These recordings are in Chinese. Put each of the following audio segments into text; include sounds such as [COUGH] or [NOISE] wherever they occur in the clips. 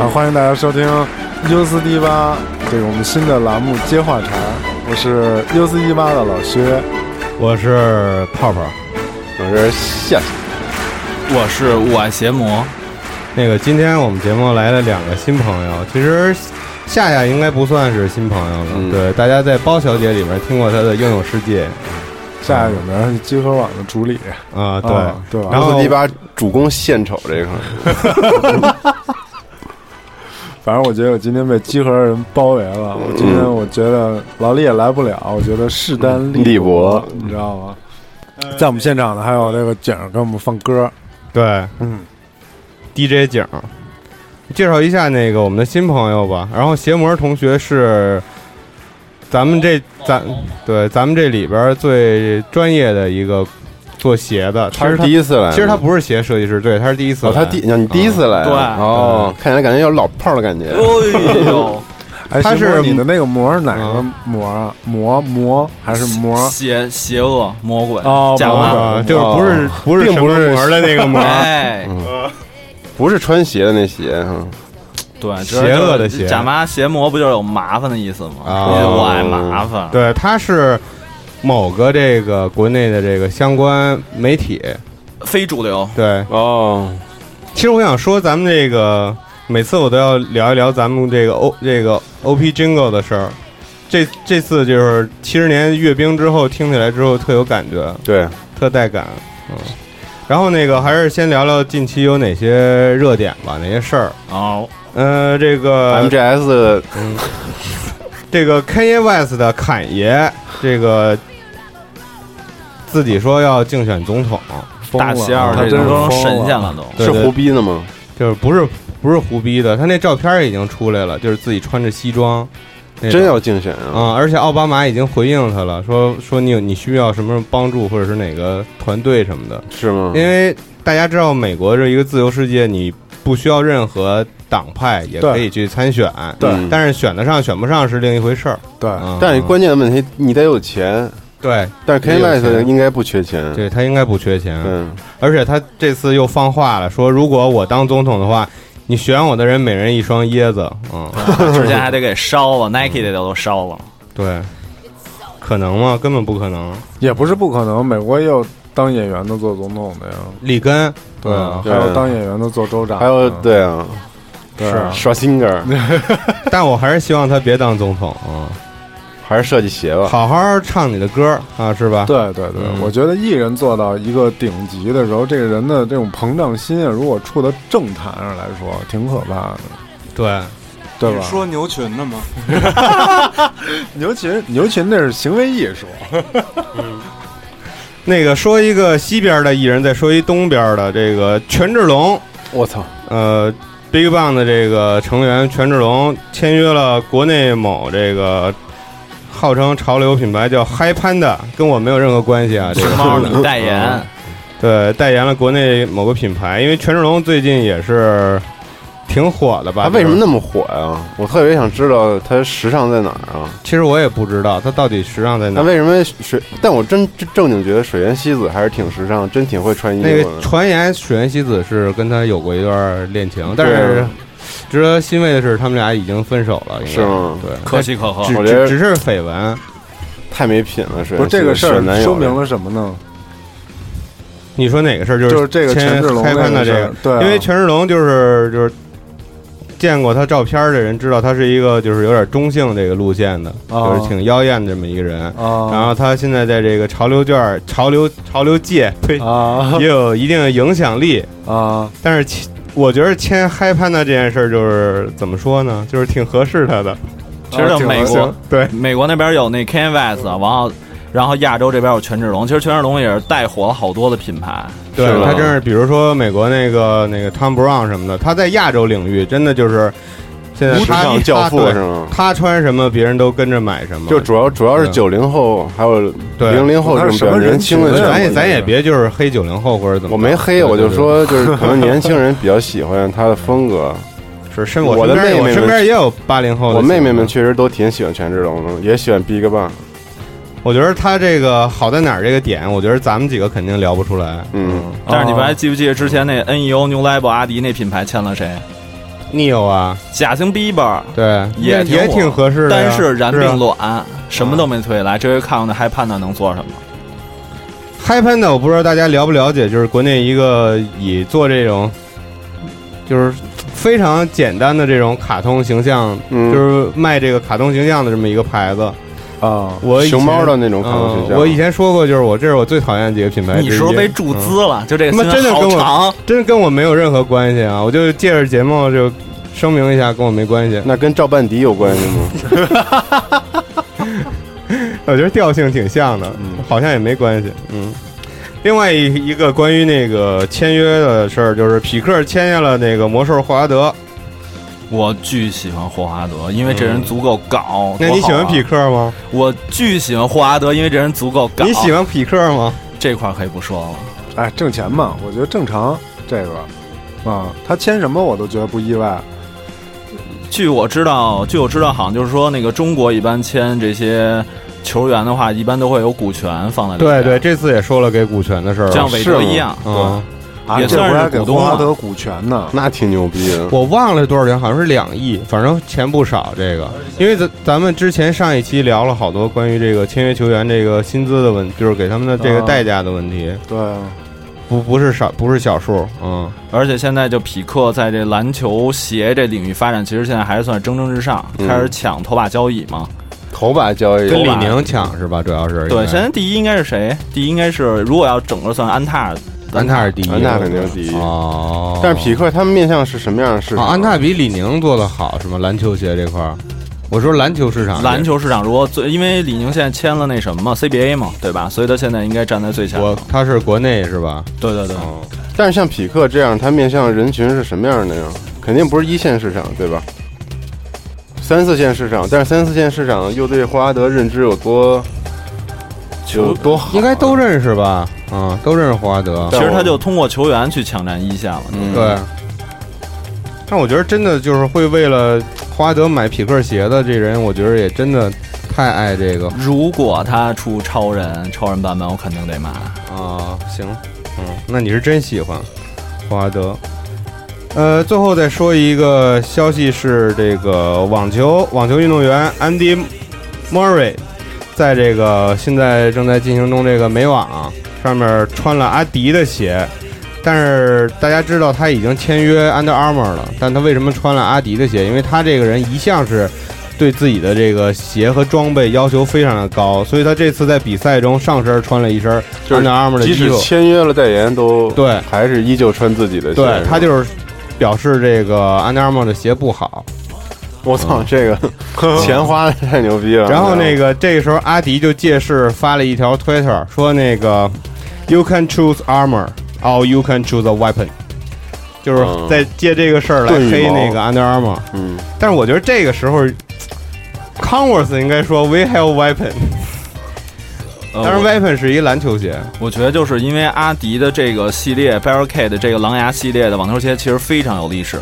啊，欢迎大家收听 U 四 D 八这个我们新的栏目接话茬，我是 U 四 D 八的老薛，我是泡泡，我是夏夏，我是我邪魔。那个今天我们节目来了两个新朋友，其实夏夏应该不算是新朋友了，嗯对，大家在包小姐里面听过她的《应有世界夏夏有没有是集合网的主理？》啊，对，啊对吧然后四 D 八主攻献丑这一块儿，反正我觉得我今天被集合人包围了，我今天我觉得老李也来不了，我觉得势单力力薄，你知道吗？在我们现场的还有那个景儿给我们放歌，对嗯， DJ 景儿，介绍一下那个我们的新朋友吧。然后邪魔同学是咱们这咱对咱们这里边最专业的一个做鞋的，他他是是第一，一次来吗，其实他不是鞋设计师，对，他是第一次来，哦，他第你第一次来，对哦，看起来感觉有老炮儿的感觉，哎呦，哎，他师傅是嗯你的那个膜是哪个膜啊？膜膜还是膜？ [LAUGHS] 邪邪恶魔鬼哦假魔娃，啊，就是不是不是哦并什不么是膜的那个膜，哎，不是穿鞋的那鞋嗯哈，对，邪恶的邪假麻邪魔不就是有麻烦的意思吗？啊因为我爱麻烦。对，他是某个这个国内的这个相关媒体。非主流，对，哦，其实我想说，咱们这个每次我都要聊一聊咱们这个 O 这个 OP Jingle 的事儿。这这次就是七十年阅兵之后，听起来之后特有感觉，对，特带感。嗯，然后那个还是先聊聊近期有哪些热点吧，哪些事儿。哦，呃，这个 MGS 这个 Kanye West 的侃爷，这个自己说要竞选总统，疯大了邪二他这真是都成神疯仙了。了都。 [LAUGHS] 对是对胡逼的吗？就是不是不是胡逼的，他那照片儿已经出来了，就是自己穿着西装，那种真要竞选啊？啊、而且奥巴马已经回应他了，说说你有你需要什么帮助，或者是哪个团队什么的，是吗？因为大家知道美国这一个自由世界，你不需要任何党派也对可以去参选，对嗯但是选得上选不上是另一回事儿。对，嗯但是关键的问题，你得有钱，对但是 K 得 m 有 a x 钱应该不缺钱，对，他应该不缺钱，嗯，而且他这次又放话了，说如果我当总统的话，你选我的人每人一双椰子，嗯。 [LAUGHS] 之前还得给烧了，Nike 的都烧了。对，可能吗？根本不可能。也不是不可能，美国也有当演员的做总统的呀，里根，嗯对啊，对还有当演员的做州长的，还有对对啊，啊刷新杆儿但我还是希望他别当总统啊，还是设计鞋吧，好好唱你的歌啊，是吧？对对对，嗯我觉得艺人做到一个顶级的时候，这个人的这种膨胀心啊，如果处到政坛上来说，挺可怕的，对，对吧？牛群的吗？ [LAUGHS] 牛群，牛群那是行为艺术，那个说一个西边的艺人，再说一东边的，这个权志龙，我操，呃，Big Bang 的这个成员权志龙签约了国内某这个。号称潮流品牌叫 Hi Panda，跟我没有任何关系啊。这熊个 [LAUGHS] 猫你代言，对，代言了国内某个品牌，因为权志龙最近也是挺火的吧？啊他为什就是么那么火呀？我特别想知道他时尚在哪儿啊？其实我也不知道它到底时尚在哪那。为什么水？但我真正正经觉得水原希子还是挺时尚，真挺会穿衣服那的。个传言水原希子是跟他有过一段恋情，但对是啊值得欣慰的是，他们俩已经分手了，应该是吗对，可喜可贺。只我觉得只只是绯闻，太没品了，水不原是这个事选男儿友说明了什么呢？你说哪个事儿？就是是这个权签志龙开那潘个的事这儿个，，对啊，因为权志龙就是就是见过他照片的人知道他是一个就是有点中性这个路线的，哦就是挺妖艳的这么一个人。然啊后他现在在这个潮流圈儿、潮流潮流界，对，啊 [LAUGHS] 也有一定的影响力。啊，但是签，我觉得签嗨潘的这件事儿就是怎么说呢，就是挺合适他的。其实就美啊国对，美国那边有那 Kanye West，然后然后亚洲这边有权志龙，其实权志龙也是带火了好多的品牌。对是吧他真是，比如说美国那个那个 Tom Brown 什么的，他在亚洲领域真的就是现在时他尚教父他对是吗？他穿什么，别人都跟着买什么。就主要主要是对九零后还有对零零后这种比较年轻的对群体，哎咱也咱也别就是黑九零后或者怎么着。我没黑，对啊我就对说就是可能年轻人比较喜欢他的风格。是身我的身边妹妹我们身边也有八零后的。我妹妹们，确实都挺喜欢权志龙的，也喜欢 Big Bang。我觉得他这个好在哪儿这个点，我觉得咱们几个肯定聊不出来。嗯，哦 E 但是你们还记不记得之前那 NEO New Label 阿迪那品牌签了谁？ Neo 啊，贾星 Bieber 对，也挺也火挺合适的呀。单是燃并啊卵，什么都没推来。这回看看那嗨潘的能做什么？嗨喷的，我不知道大家了不了解，就是国内一个以做这种，就是非常简单的这种卡通形象，嗯，就是卖这个卡通形象的这么一个牌子。啊，我以前熊猫的那种卡通形嗯象。我以前说过，就是我这是我最讨厌的几个品牌之一。你是不是被注嗯资了？就这个他妈新闻真的好跟我长，真跟我没有任何关系啊！我就借着节目就声明一下，跟我没关系。那跟赵半迪有关系 [LAUGHS] 吗？我觉得调性挺像的，嗯好像也没关系。嗯，另外一一个关于那个签约的事儿，就是匹克签下了那个魔兽霍华德。我巨喜欢霍华德，因为这人足够搞。嗯那你喜欢匹比？克吗？我巨喜欢霍华德，因为这人足够搞。你喜欢匹克吗？这块儿可以不说了。哎，挣钱嘛，我觉得正常这个啊，他签什么我都觉得不意外。据我知道，据我知道，好像就是说那个中国一般签这些球员的话，一般都会有股权放在里对面。对，这次也说了给股权的事儿了。像韦德一样。嗯，啊，也这算回是还给股霍东华嘛德股权呢，那挺牛逼的。我忘了多少钱，好像是两亿，反正钱不少。这个，因为咱咱们之前上一期聊了好多关于这个签约球员这个薪资的问，就是给他们的这个啊代价的问题，对啊，不不是少不是小数。嗯，而且现在就匹克在这篮球鞋这领域发展，其实现在还是算蒸蒸日上，嗯开始抢头把交椅嘛。头把交易跟李吧宁抢是吧？主要是对，应该现在第一应该是谁？第一应该是如果要整个算安踏尔，安踏是第一，安踏肯定是第一哦。但是匹克他们面向是什么样的市啊，场？安踏比李宁做的好，什么篮球鞋这块儿，我说篮球市场，篮，球市场如果最，因为李宁现在签了那什么嘛 CBA 嘛，对吧？所以他现在应该站在最前我头。它是国内是吧？对对对，哦，但是像匹克这样，它面向人群是什么样的呀？肯定不是一线市场，对吧？三四线市场，但是三四线市场又对霍华德认知有多有多好？应该都认识吧？嗯，都认识霍华德。其实他就通过球员去抢占一线了。嗯对。但我觉得真的就是会为了霍华德买匹克鞋的这人，我觉得也真的太爱这个如果他出超人，超人版本我肯定得买。啊。行，嗯，那你是真喜欢霍华德。呃，最后再说一个消息是，这个网球网球运动员安迪·莫瑞，在这个现在正在进行中这个美网、啊上面穿了阿迪的鞋，但是大家知道他已经签约 Under Armour 了，但他为什么穿了阿迪的鞋？因为他这个人一向是对自己的这个鞋和装备要求非常的高，所以他这次在比赛中上身穿了一身就是 Under Armour 的即衣使服，签约了代言，都对。还是依旧穿自己的鞋。对他是吧就是表示这个 Under Armour 的鞋不好。我操，这个钱花的太牛逼了。嗯然后那个个这个时候阿迪就借势发了一条 Twitter 说那个 You can choose armor or you can choose a weapon，就是嗯在借这个事儿来对羽黑毛那个 Under Armour。嗯，但是我觉得这个时候。Converse 应该说 We have weapon，当呃然我 weapon 是一篮球鞋，我觉得就是因为阿迪的这个系列 Barricade 这个狼牙系列的网球鞋其实非常有历史，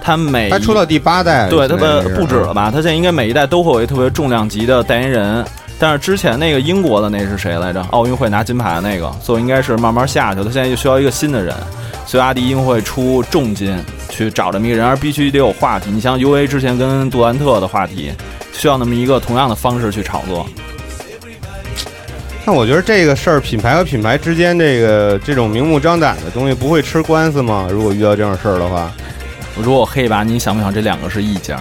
它每它出到第八代，哎对它哎现在不应该是嗯不止了吧？它现在应该每一代都会有一特别重量级的代言人。但是之前那个英国的那是谁来着？奥运会拿金牌的那个，所以应该是慢慢下去了。他现在就需要一个新的人，所以阿迪一定会出重金去找这么一个人，而必须得有话题。你像 U A 之前跟杜兰特的话题，需要那么一个同样的方式去炒作。但我觉得这个事儿，品牌和品牌之间这个这种明目张胆的东西，不会吃官司吗？如果遇到这种事儿的话，如果我黑一把，你想不想这两个是一家？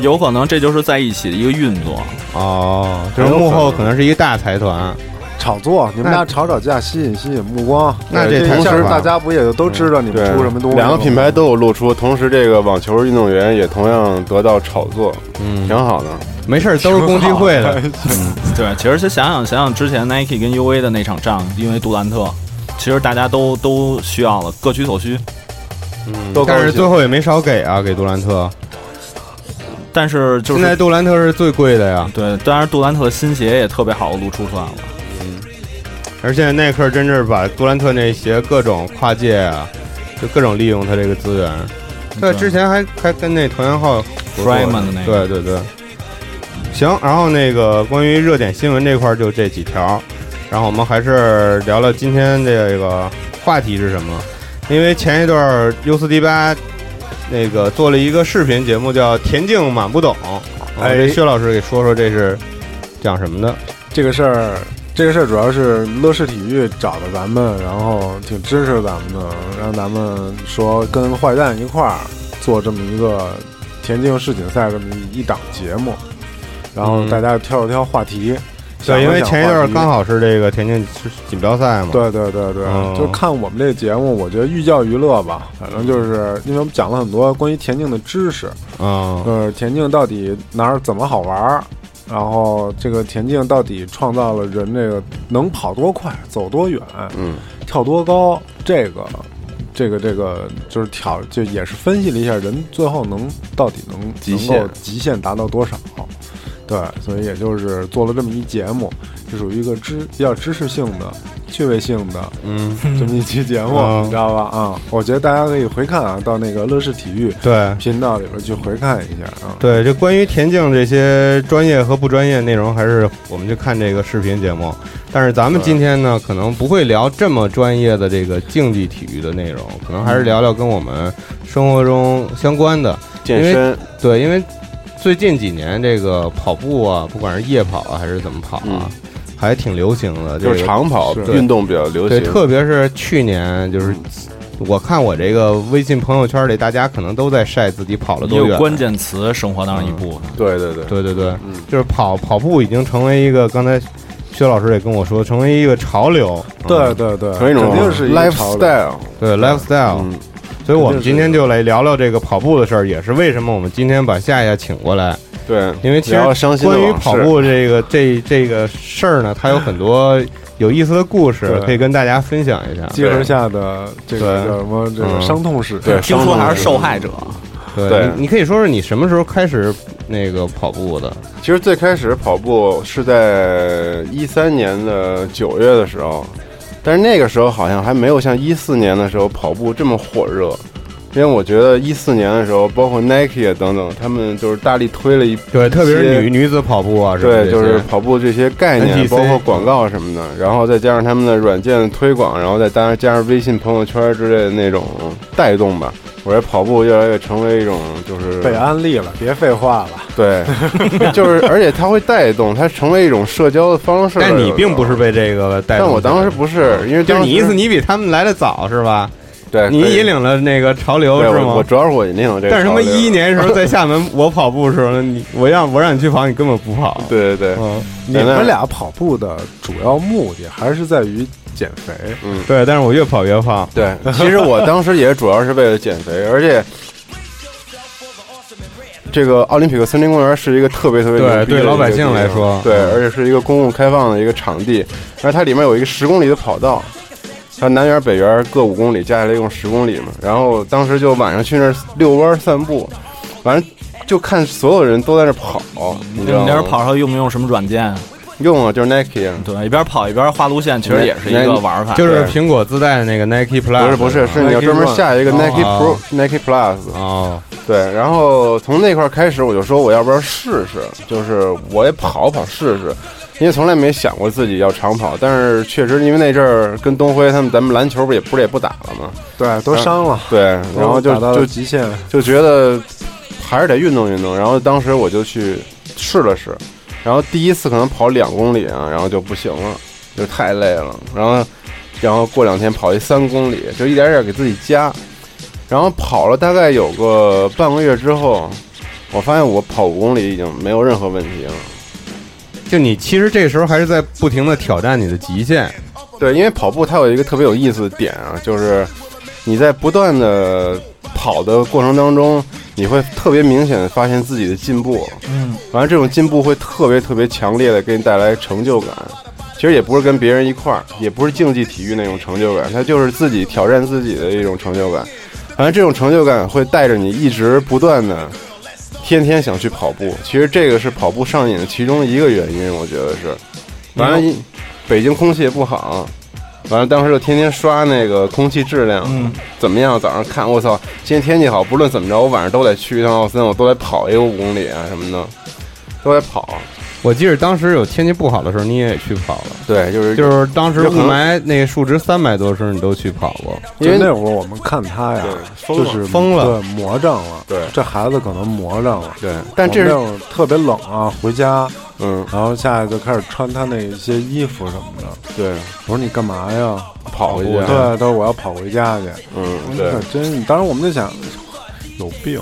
有可能这就是在一起的一个运作，哦，就是幕后可能是一个大财团，炒作，你们那俩吵吵架，吸引吸引目光，那对这这太一下爽了大家不也就都知道你对们嗯出什么东西了吗？两个品牌都有露出，同时这个网球运动员也同样得到炒作，嗯挺，好的。没事儿，都是共济会 [LAUGHS] 的，嗯对。其实想想想想之前 Nike 跟 UA 的那场仗，因为杜兰特，其实大家都都需要了，各取所需。嗯都高兴 [LAUGHS] 但是最后也没少给啊，给杜兰特，但是就现在是杜兰特是嗯最贵的呀，对，当然杜兰特的新鞋也特别好露出出来了。而且耐克真是把杜兰特那鞋各种跨界啊，就各种利用他这个资源，对，之前还还跟那团员号合作 Freeman 的那个对对对。行，然后那个关于热点新闻这块儿就这几条，然后我们还是聊聊今天这个话题是什么。因为前一段儿 U 四 D 八那个做了一个视频节目，叫《田径满不懂》。我哎这薛老师给说说这是讲什么的？这个事儿，这个事儿主要是乐视体育找的咱们，然后挺支持咱们的，让咱们说跟坏蛋一块儿做这么一个田径世锦赛这么一一档节目，然后嗯大家挑了挑话题，想对，了因为想前一段话儿题刚好是这个田径锦标赛嘛。对对对对，嗯就看我们这个节目，我觉得寓教于乐吧。反正就是因为我们讲了很多关于田径的知识，哦嗯，就是田径到底哪儿怎么好玩儿，然后这个田径到底创造了人这个能跑多快、走多远、嗯，跳多高，这个这个这个就是挑，就也是分析了一下人最后能到底能极能限够极限达到多少。对，所以也就是做了这么一节目，是属于一个知比较知识性的、趣味性的，嗯，这么一期节目，嗯你知道吧？啊、我觉得大家可以回看啊，到那个乐视体育对频道里边去回看一下啊。对，这关于田径这些专业和不专业内容，还是我们就看这个视频节目。但是咱们今天呢，可能不会聊这么专业的这个竞技体育的内容，可能还是聊聊跟我们生活中相关的。健身，对，因为最近几年这个跑步啊，不管是夜跑啊还是怎么跑啊，还挺流行的。这嗯就个是长跑是运动比较流对，行。嗯特别是去年，就是我看我这个微信朋友圈里，大家可能都在晒自己跑了也多有远。关键词生活当一部分。对对对，对对对，嗯，就是跑跑步已经成为一个，刚才薛老师也跟我说，成为一个潮流。对嗯对对，成一种肯定是一个潮流 lifestyle。对 lifestyle，、嗯，所以我们肯定是今天就来聊聊这个跑步的事儿，也是为什么我们今天把夏夏请过来，对，因为其实聊伤心的关于往事跑步这个这这个事儿呢，它有很多有意思的故事对可以跟大家分享一下。结合下的这个对叫什么这个嗯伤痛史，对听说还是受害者，对，对你你可以说说你什么时候开始那个跑步的？其实最开始跑步是在一三年的九月的时候，但是那个时候好像还没有像一四年的时候跑步这么火热，因为我觉得一四年的时候，包括 Nike 啊等等，他们就是大力推了一对，特别些是女女子跑步啊，什么对，这就是些跑步这些概念， NTC 包括广告什么的，然后再加上他们的软件的推广，然后再加上加上微信朋友圈之类的那种带动吧。我觉得跑步越来越成为一种就是被安利了，别废话了。对，就是而且它会带动，它成为一种社交的方式了。但你并不是被这个带动但起来的，我当时不是，因 [LAUGHS] 为就是当你意时思，你比他们来的早是吧？对，你可以引领了那个潮对流是我我吗？主要是我引领了这个。但是他妈一一，年时候在厦 [LAUGHS] 门，我跑步的时候，你我让我让你去跑，你根本不跑。对对对，嗯，你咱俩们俩跑步的主要目的还是在于减肥，对，但是我越跑越胖。对，其实我当时也主要是为了减肥，而且这个奥林匹克森林公园是一个特别特别对牛逼的对一个老百姓地方来说嗯对，而且是一个公共开放的一个场地，然后它里面有一个十公里的跑道。它南园北园各五公里，加起来一共十公里嘛。然后当时就晚上去那儿遛弯儿散步，完了就看所有人都在那儿跑，你你知道们嗯吗？这跑上用不用什么软件？用啊，就是 Nike 啊。对，一边跑一边画路线，其实也是一个玩法。就是苹果自带的那个 Nike Plus，不是不是，是你要专门下一个 Nike Nike Pro、啊哦 Nike Plus，哦，对，然后从那块儿开始，我就说我要不要试试，就是我也跑跑试试，因为从来没想过自己要长跑，但是确实因为那阵儿跟东辉他们咱们篮球不也不是也不打了吗？对，都伤了，对，然后就达到了就极限，就觉得还是得运动运动，然后当时我就去试了试，然后第一次可能跑两公里啊，然后就不行了，就太累了，然后然后过两天跑一三公里，就一点点给自己加，然后跑了大概有个半个月之后，我发现我跑五公里已经没有任何问题了。就你其实这时候还是在不停的挑战你的极限。对，因为跑步它有一个特别有意思的点啊，就是你在不断的跑的过程当中，你会特别明显的发现自己的进步。嗯，完了这种进步会特别特别强烈的给你带来成就感。其实也不是跟别人一块儿，也不是竞技体育那种成就感，它就是自己挑战自己的一种成就感。反正这种成就感会带着你一直不断的，天天想去跑步。其实这个是跑步上瘾的其中一个原因，我觉得是。完了，北京空气也不好，完了当时就天天刷那个空气质量，嗯怎么样？早上看，我操，今天天气好，不论怎么着，我晚上都得去一趟奥森，我都得跑一个五公里啊什么的，都得跑。我记得当时有天气不好的时候，你也去跑了，对，就是就是当时有雾可能霾那个数值三百多时候，你都去跑过。因为就那会儿我们看他呀对，疯就了是疯了对，魔怔了，对这孩子可能魔怔了。对，但这我是们那会儿特别冷啊，回家，嗯，然后下来就开始穿他那些衣服什么的。对，我说你干嘛呀？跑回去，对，他说我要跑回家去。嗯，这啊对，真是，当时我们就想，有病。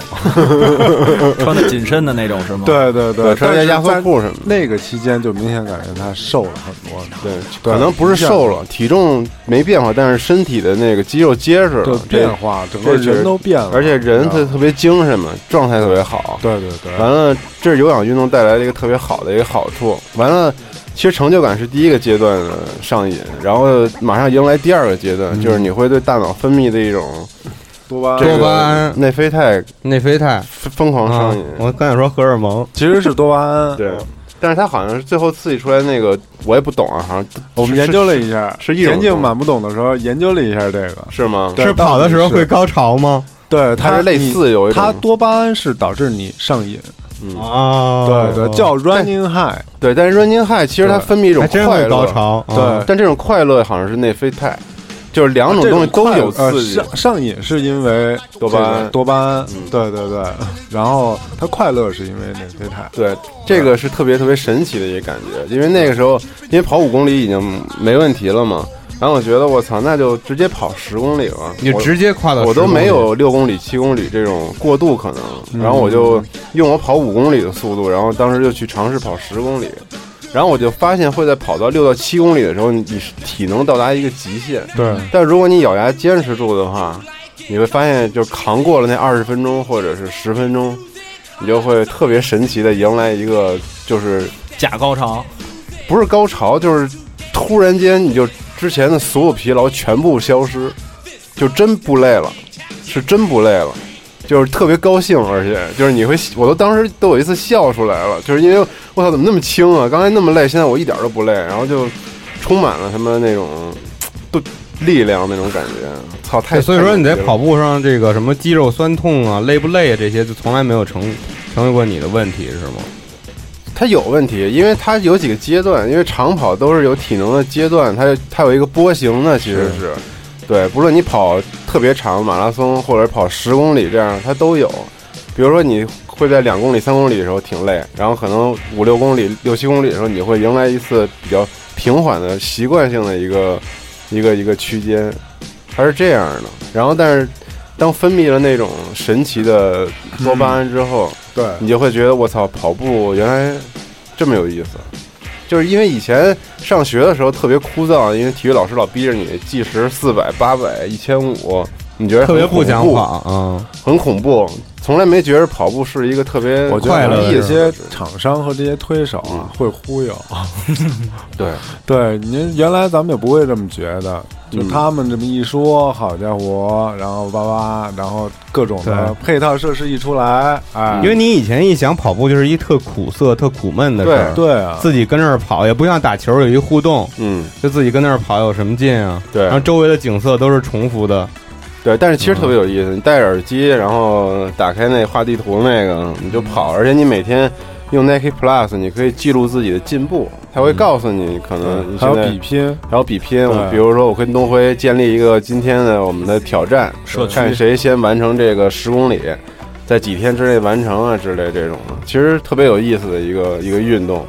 穿的紧身的那种是吗？，对对对，穿但些是压缩在裤什么的，那个期间就明显感觉他瘦了很多，对，对可能不是瘦了，体重没变化，但是身体的那个肌肉结实就了，变化，嗯整个这是人都变了，而且人你知他道吗特别精神嘛，状态特别好。对对对，完了，这是有氧运动带来的一个特别好的一个好处。完了，其实成就感是第一个阶段的上瘾，然后马上迎来第二个阶段，嗯就是你会对大脑分泌的一种多巴这胺哦个多巴胺内啡肽内啡肽疯疯狂啊上瘾。，我刚想说荷尔蒙，其实是多巴胺。对，但是它好像是最后刺激出来那个，我也不懂啊，好像我们研究了一下，是是一种田径满不懂的时候研究了一下这个，是吗？对是跑的时候会高潮吗？对，它是类似有一你。种它多巴胺是导致你上瘾，嗯，啊，对对，叫 running high，对，但是 running high 其实它对分泌一种还真快会高乐，潮，对啊但这种快乐好像是内啡肽，就是两啊啊种这东西都快有呃刺激。上上瘾是因为多巴胺这个多巴胺嗯，对对 [LAUGHS] 对，然后它快乐是因为内啡肽，对，这个是特别特别神奇的一个感觉，因为那个时候，因为跑五公里已经没问题了嘛，然后我觉得我操，那就直接跑十公里吧，你我直接跨到我都10公里嗯没有六公里、七公里这种过渡可能，然后我就用我跑五公里的速度，然后当时就去尝试跑十公里，然后我就发现会在跑到六到七公里的时候，你你是体能到达一个极限，对，但如果你咬牙坚持住的话，你会发现就扛过了那二十分钟或者是十分钟，你就会特别神奇的迎来一个就是假高潮，不是高潮，就是突然间你就之前的所有疲劳全部消失，就真不累了，是真不累了，就是特别高兴，而且就是你会，我都当时都有一次笑出来了，就是因为我操怎么那么轻啊，刚才那么累，现在我一点都不累，然后就充满了什么那种都力量那种感觉，操太对，所以说你在太牛逼了跑步上这个什么肌肉酸痛啊、累不累啊这些，就从来没有成成为过你的问题，是吗？它有问题，因为它有几个阶段，因为长跑都是有体能的阶段，它它有一个波形的，其实是，对，不论你跑特别长马拉松，或者跑十公里这样，它都有。比如说你会在两公里、三公里的时候挺累，然后可能五六公里、六七公里的时候，你会迎来一次比较平缓的习惯性的一个一个一个区间，它是这样的。然后但是当分泌了那种神奇的多巴胺之后。对，你就会觉得我操，跑步原来这么有意思。就是因为以前上学的时候特别枯燥，因为体育老师老逼着你计时四百、八百、一千五，你觉得特别不想跑跑，啊，很恐怖，从来没觉得跑步是一个特别我觉快乐得的这意些思。厂商和这些推手嗯啊，会忽悠。 [LAUGHS] 对，对，您原来咱们也不会这么觉得，就嗯他们这么一说，好家伙，然后叭叭，然后各种的对配套设施一出来，哎，因为你以前一想跑步就是一特苦涩、特苦闷的事儿，对啊，自己跟那儿跑也不像打球有一互动，嗯，就自己跟那儿跑有什么劲啊？对然后周围的景色都是重复的，对，但是其实嗯特别有意思。你戴着耳机，然后打开那画地图那个，你就嗯跑，而且你每天用 Nike Plus，你可以记录自己的进步，它会告诉你可能你嗯还有现在比拼，然后比拼，我对比如说我跟东辉建立一个今天的我们的挑战，社区看谁先完成这个十公里，在几天之内完成啊之类这种的，其实特别有意思的一个一个运动，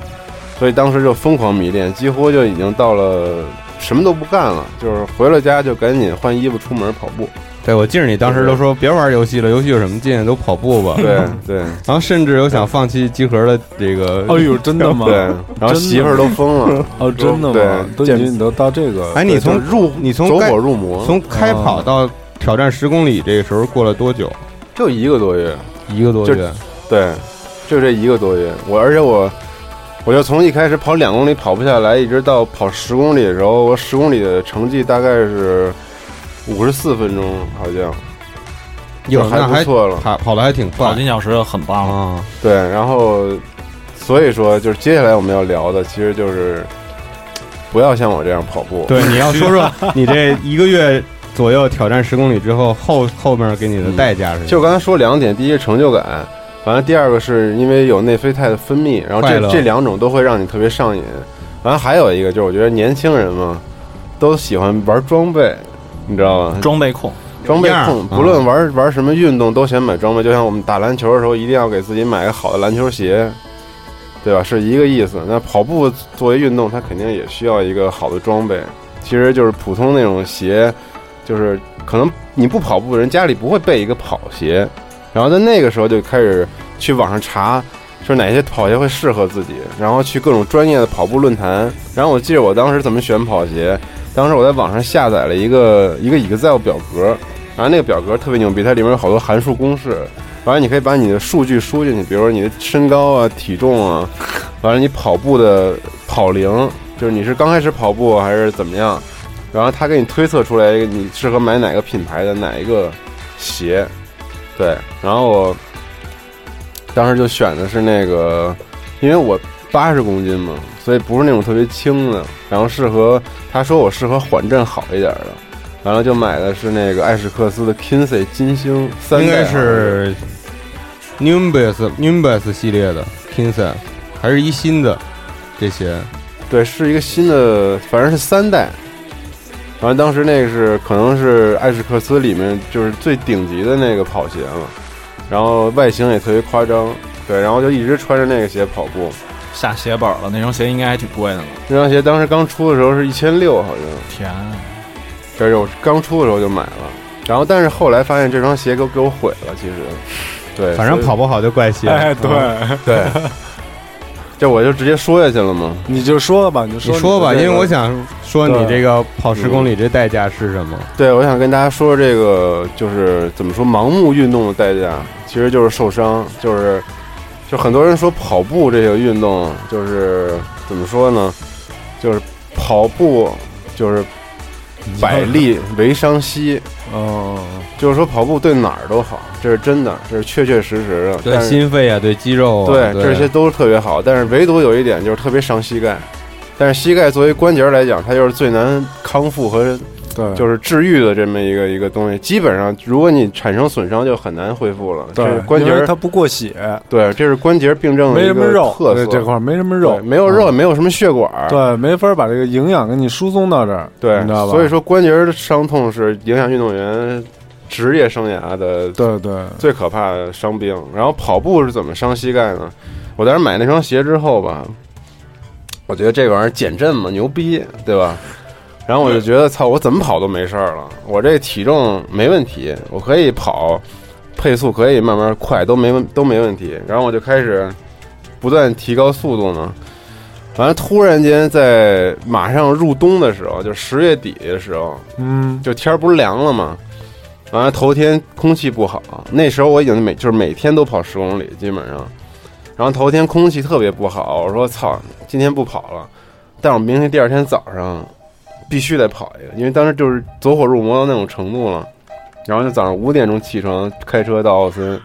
所以当时就疯狂迷恋，几乎就已经到了什么都不干了，就是回了家就赶紧换衣服出门跑步。对，我记着你当时都说别玩游戏了，游戏有什么劲？都跑步吧。对对然后甚至有想放弃集合的这个。哦哎呦，真的吗？对，然后媳妇儿都疯了，哦，真的吗？对都已经你都到这个，哎，你从就是入你从走该火入啊魔，从开跑到挑战十公里这个时候过了多久？啊就一个多月。一个多就月。对，就这一个多月，我而且我，我就从一开始跑两公里跑不下来，一直到跑十公里的时候，我十公里的成绩大概是五十四分钟，好像哟，就那不还错了。跑跑的还挺快跑进小时很棒了。啊！对，然后所以说就是接下来我们要聊的，其实就是不要像我这样跑步。对，你要说 [LAUGHS] 说你这一个月左右挑战十公里之后，后后面给你的代价是什么？就刚才说两点，第一个成就感，完了第二个是因为有内啡肽的分泌，然后快这乐这两种都会让你特别上瘾。完了还有一个就是我觉得年轻人嘛，都喜欢玩装备，你知道吧？装备控，装备样儿控，啊不论玩玩什么运动都想买装备，就像我们打篮球的时候一定要给自己买个好的篮球鞋，对吧？是一个意思。那跑步作为运动，它肯定也需要一个好的装备，其实就是普通那种鞋，就是可能你不跑步，人家里不会备一个跑鞋，然后在那个时候就开始去网上查。说哪些跑鞋会适合自己，然后去各种专业的跑步论坛。然后我记得我当时怎么选跑鞋，当时我在网上下载了一个一个 Excel 表格，然后那个表格特别牛逼，它里面有好多函数公式，完了你可以把你的数据输进去，比如说你的身高啊、体重 [LAUGHS] 啊，完了你跑步的跑龄，就是你是刚开始跑步还是怎么样，然后它给你推测出来一个你适合买哪个品牌的哪一个鞋，对，然后我当时就选的是那个，因为我八十公斤嘛，所以不是那种特别轻的，然后适合他说我适合缓震好一点的。完了就买的是那个艾什克斯的 Kinsey 金星三代，啊应该是 Nimbus Nimbus 系列的 Kinson，还是一新的这些对，是一个新的，反正是三代。然后当时那个是可能是艾什克斯里面就是最顶级的那个跑鞋了，然后外形也特别夸张，对，然后就一直穿着那个鞋跑步。下血本了，那双鞋应该还挺贵的呢。那双鞋当时刚出的时候是一千六，好像，天啊，这是我刚出的时候就买了。然后但是后来发现这双鞋给我给我毁了，其实，对，反正所以跑不好就怪 [LAUGHS] 鞋。哎，对， [LAUGHS] 对，这我就直接说下去了嘛。你就说吧，你就你说说吧，因为我想说你对这个跑十公里这代价是什么？对，我想跟大家说说这个，就是怎么说盲目运动的代价，其实就是受伤，就是就很多人说跑步这个运动，就是怎么说呢，就是跑步就是百利为伤膝，哦，就是说跑步对哪儿都好，这是真的，这是确确实实的。对但是心肺啊，对肌肉啊，对，对这些都特别好，但是唯独有一点就是特别伤膝盖。但是膝盖作为关节来讲，它就是最难康复和对，就是治愈的这么一个一个东西。基本上，如果你产生损伤，就很难恢复了。这对是关节因为儿，它不过血，对，这是关节病症的没一什么个肉，特色。对这块儿没什么对肉，没有肉，也没有什么血管儿嗯，，对，没法把这个营养给你输送到这儿，对你知道，吧？所以，说关节的伤痛是影响运动员职业生涯的对对，最可怕的伤病。然后跑步是怎么伤膝盖呢？我当时买那双鞋之后吧，我觉得这玩意儿减震嘛，牛逼，对吧？然后我就觉得，操，我怎么跑都没事儿了，我这体重没问题，我可以跑，配速可以慢慢快，都没问都没问题。然后我就开始不断提高速度呢。完了，突然间在马上入冬的时候，就十月底的时候，嗯，就天儿不是凉了吗？完了头天空气不好，那时候我已经每就是每天都跑十公里，基本上。然后头天空气特别不好，我说操，今天不跑了，但我明天第二天早上必须得跑一个，因为当时就是走火入魔到那种程度了。然后就早上五点钟起床，开车到奥森，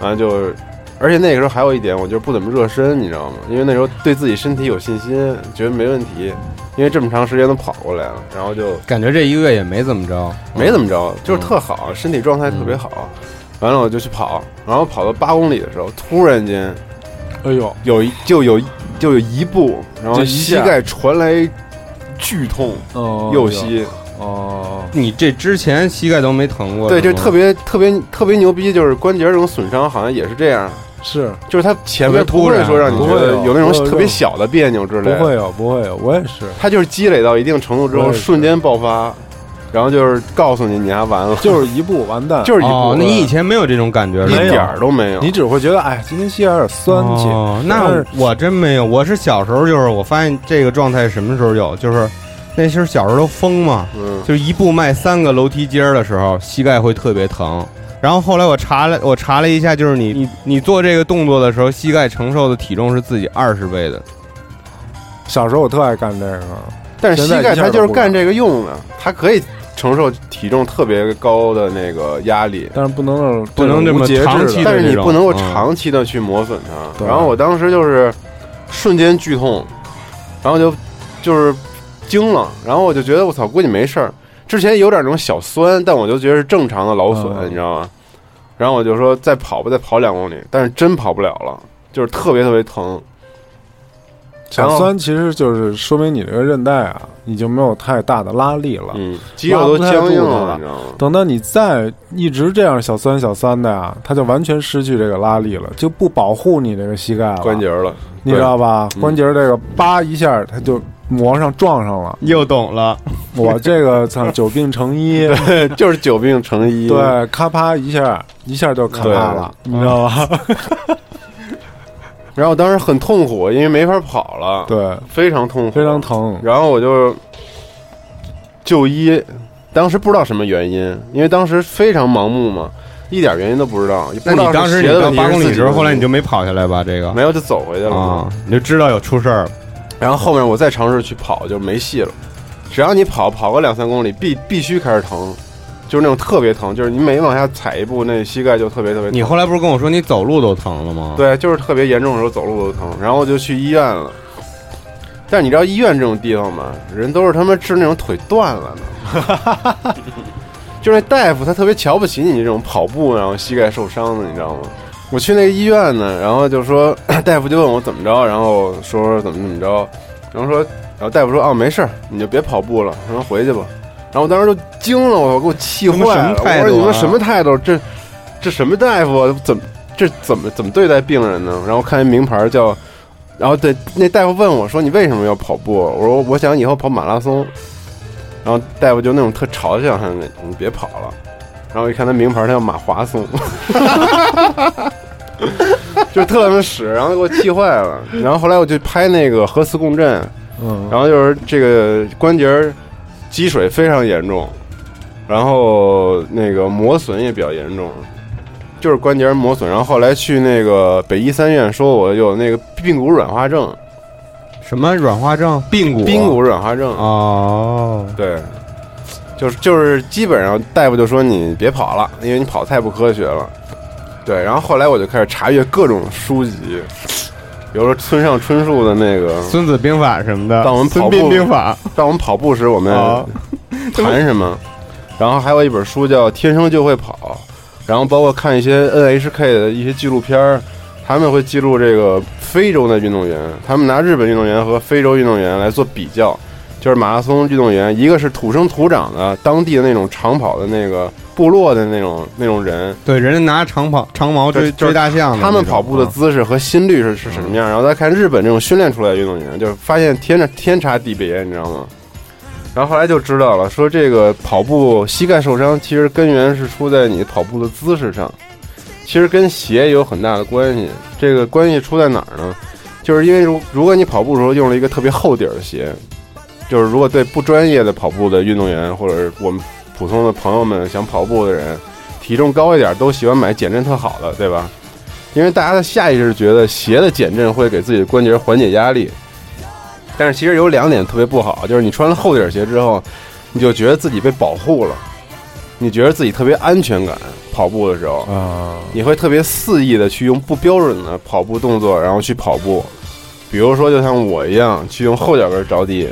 然后就，而且那个时候还有一点，我就不怎么热身，你知道吗？因为那时候对自己身体有信心，觉得没问题，因为这么长时间都跑过来了，然后就感觉这一个月也没怎么着，没怎么嗯着，就是特好，身体状态特别好。完了我就去跑，然后跑到八公里的时候，突然间哎呦，有一就有就有一步，然后就一膝下盖传来剧痛，哎哦，右，膝。哦，你这之前膝盖都没疼过，对，是这吗特别特别特别牛逼，就是关节这种损伤好像也是这样，是就是它前面特别不突会然说让你不觉会得有有那种不会有特别小的别扭之不类的，会有，不会有，我也是，它就是积累到一定程度之我后也是瞬间爆发，然后就是告诉你你还完了，就是一步完蛋，就是一步哦，，那你以前没有这种感觉一是吧？没有点儿都没有你。只会觉得，哎，今天膝盖有点酸气，哦，但那是我真没有，我是小时候就是我发现这个状态什么时候有，就是那时候小时候都疯嘛，嗯，就是一步迈三个楼梯阶儿的时候，膝盖会特别疼。然后后来我查了，我查了一下，就是你你你做这个动作的时候，膝盖承受的体重是自己二十倍的。小时候我特爱干这个，但是膝盖它就现是在一下都不干这个用的，它可以承受体重特别高的那个压力，但是不能让不能这么无节制的长期但是你这种不能够嗯长期的去磨损它。对然后我当时就是瞬间剧痛，然后就就是惊了，然后我就觉得我操，估计没事儿。之前有点那种小酸，但我就觉得是正常的劳损，嗯你知道吗？然后我就说再跑吧，再跑两公里，但是真跑不了了，就是特别特别疼。小然后酸其实就是说明你这个韧带啊，已经没有太大的拉力了。嗯，肌肉都僵硬了，你知道吗？等到你再一直这样小酸小酸的呀、它就完全失去这个拉力了，就不保护你这个膝盖了，关节了，你知道吧？嗯关节这个叭一下，它就磨上撞上 [LAUGHS] 了。又懂了，我这个操，久病成医， [LAUGHS] 对就是久病成医。对，咔啪一下，一下就咔啪了，你知道嗯吧？然后当时很痛苦，因为没法跑了，，对，非常痛苦，非常。疼。然后我就就医，当时不知道什么原因，因为当时非常盲目嘛，一点原因都不知道。也不那知道你当时是你鞋的到问题八公里是自己的时候，的后来问你题就没跑下来吧？这个没有就走回去了嘛啊，你就知道有出事儿了。然后后面我再尝试去跑就没戏了，只要你跑跑个两三公里，必必须开始疼，就是那种特别疼，就是你每往下踩一步，那膝盖就特别特别疼。你后来不是跟我说你走路都疼了吗？，对，就是特别严重的时候走路都疼，然后我就去医院了。但你知道医院这种地方嘛，人都是他妈治那种腿断了的，就是那大夫他特别瞧不起你这种跑步然后膝盖受伤的，你知道吗？我去那个医院呢，然后就说 [CLEARS THROAT] 大夫就问我怎么着，然后说怎么怎么着，然后说，然后大夫说哦没事儿，你就别跑步了，然后回去吧。然后我当时就惊了，我给我气坏你们什了么，我态说度你啊们什么态度？这这什么大夫啊？怎么这怎么怎么对待病人呢？然后看一名牌儿叫，然后对那大夫问我说你为什么要跑步？啊我说我想以后跑马拉松。然后大夫就那种特嘲笑他，你别跑了。然后一看他名牌儿，他叫马华松，就特他妈屎，然后给我气坏了。然后后来我就拍那个核磁共振，嗯，然后就是这个关节儿积水非常严重，然后那个磨损也比较严重，就是关节儿磨损。然后后来去那个北医三院说我有那个髌骨软化症，什么软化症、髌骨、啊髌骨软化症，哦，对，就是就是基本上大夫就说你别跑了，因为你跑太不科学了。对，然后后来我就开始查阅各种书籍，比如说村上春树的那个《 《孙子兵法》什么的，但我们跑孙步膑兵法 [LAUGHS] 当我们跑步时我们 [LAUGHS] 啊，谈什么，然后还有一本书叫《天生就会跑》，然后包括看一些 NHK 的一些纪录片儿，他们会记录这个非洲的运动员，他们拿日本运动员和非洲运动员来做比较，就是马拉松运动员，一个是土生土长的当地的那种长跑的那个部落的那种那种人， [LAUGHS] 对，人家拿长跑长矛追对就是追大象的那种，嗯他们跑步的啊姿势和心率是是什么样，然后再看日本这种训练出来的运动员，就是发现天差天差地别，你知道吗？然后后来就知道了，说这个跑步膝盖受伤，其实根源是出在你跑步的姿势上，其实跟鞋也有很大的关系。这个关系出在哪儿呢？就是因为如如果你跑步的时候用了一个特别厚底儿的鞋，就是如果对不专业的跑步的运动员或者是我们普通的朋友们想跑步的人，体重高一点都喜欢买减震特好的，对吧？因为大家的下意识觉得鞋的减震会给自己的关节缓解压力，但是其实有两点特别不好，就是你穿了厚底儿鞋之后，你就觉得自己被保护了，你觉得自己特别安全感，跑步的时候，啊，你会特别肆意的去用不标准的跑步动作，然后去跑步，比如说就像我一样去用后脚跟着地，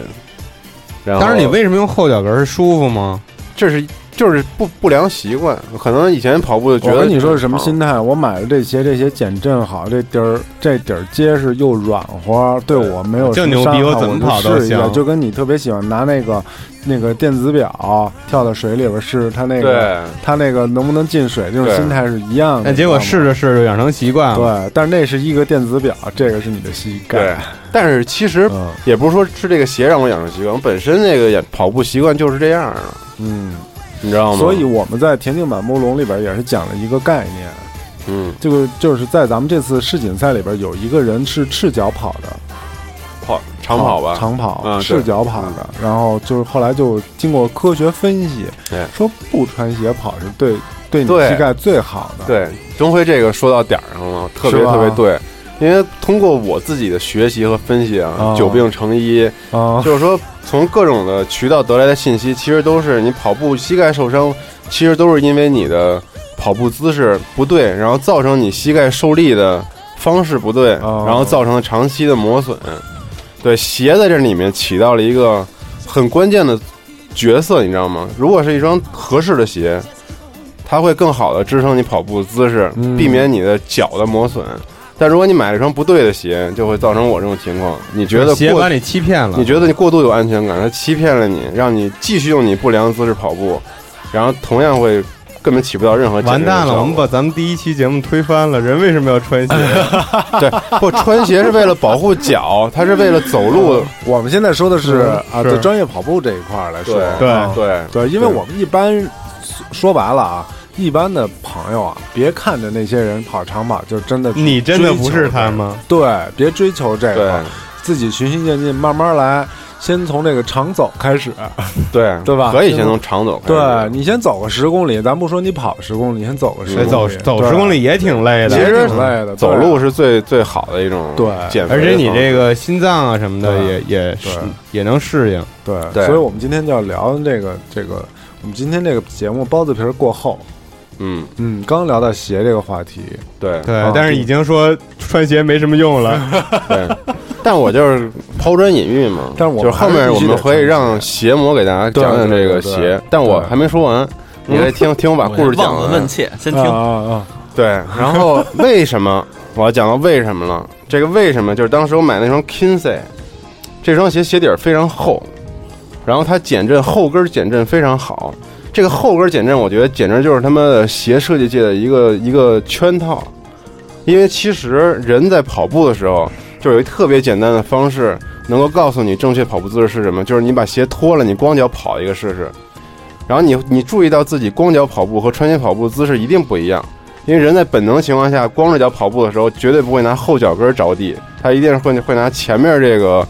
然后当时嗯你为什么用后脚跟儿是舒服吗？这是就是不不良习惯，可能以前跑步就觉我得跟你说是什么啊心态？我买了这鞋，这鞋减震好，这底儿这底儿结实又软和，对我没有就什么牛逼伤我害怎么就跑都试一下行就跟你特别喜欢拿那个那个电子表跳到水里边试它那个对。它那个能不能进水，这种对心态是一样的。哎但结果你知道试吗着试着就养成习惯了。对，但是那是一个电子表，这个是你的膝对盖。，但是其实嗯也不是说是这个鞋让我养成习惯，我本身那个也跑步习惯就是这样的，嗯，你知道吗？所以，我们在田径满目龙里边也是讲了一个概念，嗯，这个就是在咱们这次世锦赛里边有一个人是赤脚跑的。跑长跑吧，长跑，嗯对赤脚跑的。然后就是后来就经过科学分析对，说不穿鞋跑是对对你对膝盖最好的。对，钟辉这个说到点儿上了，特别是吧特别对，因为通过我自己的学习和分析啊啊，久病成医，哦啊，就是说从各种的渠道得来的信息，其实都是你跑步膝盖受伤，其实都是因为你的跑步姿势不对，然后造成你膝盖受力的方式不对，哦然后造成了长期的磨损。对，鞋在这里面起到了一个很关键的角色，你知道吗？如果是一双合适的鞋，它会更好的支撑你跑步姿势，嗯避免你的脚的磨损。但如果你买了一双不对的鞋，就会造成我这种情况。你觉得鞋过把你欺骗了，你觉得你过度有安全感，它欺骗了你，让你继续用你不良姿势跑步，然后同样会根本起不到任何减完脂的蛋效了？果我们把咱们第一期节目推翻了。人为什么要穿鞋？对，不穿鞋是为了保护脚，它是为了走路。我们现在说的是啊，是对专业跑步这一块儿来说，对啊对对，因为对我们一般说说白了啊，一般的朋友啊，别看着那些人跑长跑，就真嗯的你真的不是他吗？对，别追求这对个，自己循序渐进，慢慢来，先从这个长走开始。对对吧可以先从长走开始。对你先走个十公里，咱不说你跑十公里，你先走个十公哎里，走走十公里也挺累对，的，其实挺嗯累的，走对路是最最好的一种对减肥而的方式。且你这个心脏啊什么的也对也是对也能适应。对，啊对所以我们今天就要聊这个这个，我们今天这个节目包子皮儿过后，嗯嗯，刚聊到鞋这个话题，对对啊，但是已经说穿鞋没什么用了。对，但我就是抛砖引玉嘛。但是我就是后面我们可以让还是必须得穿邪魔给大家讲讲这个对对对鞋对，但我还没说完，你来听听我把故事讲望闻问切，先嗯啊听。啊啊，对，然后为什么我要讲到为什么了？这个为什么就是当时我买那双 Kinsey，这双鞋鞋底儿非常厚，然后它减震后跟儿减震非常好。这个后跟儿减震，我觉得简直就是他妈的鞋设计界的一个一个圈套，因为其实人在跑步的时候，就是有一特别简单的方式能够告诉你正确跑步姿势是什么，就是你把鞋脱了，你光脚跑一个试试。然后你你注意到自己光脚跑步和穿鞋跑步姿势一定不一样，因为人在本能情况下，光着脚跑步的时候，绝对不会拿后脚跟着地，他一定是会会拿前面这个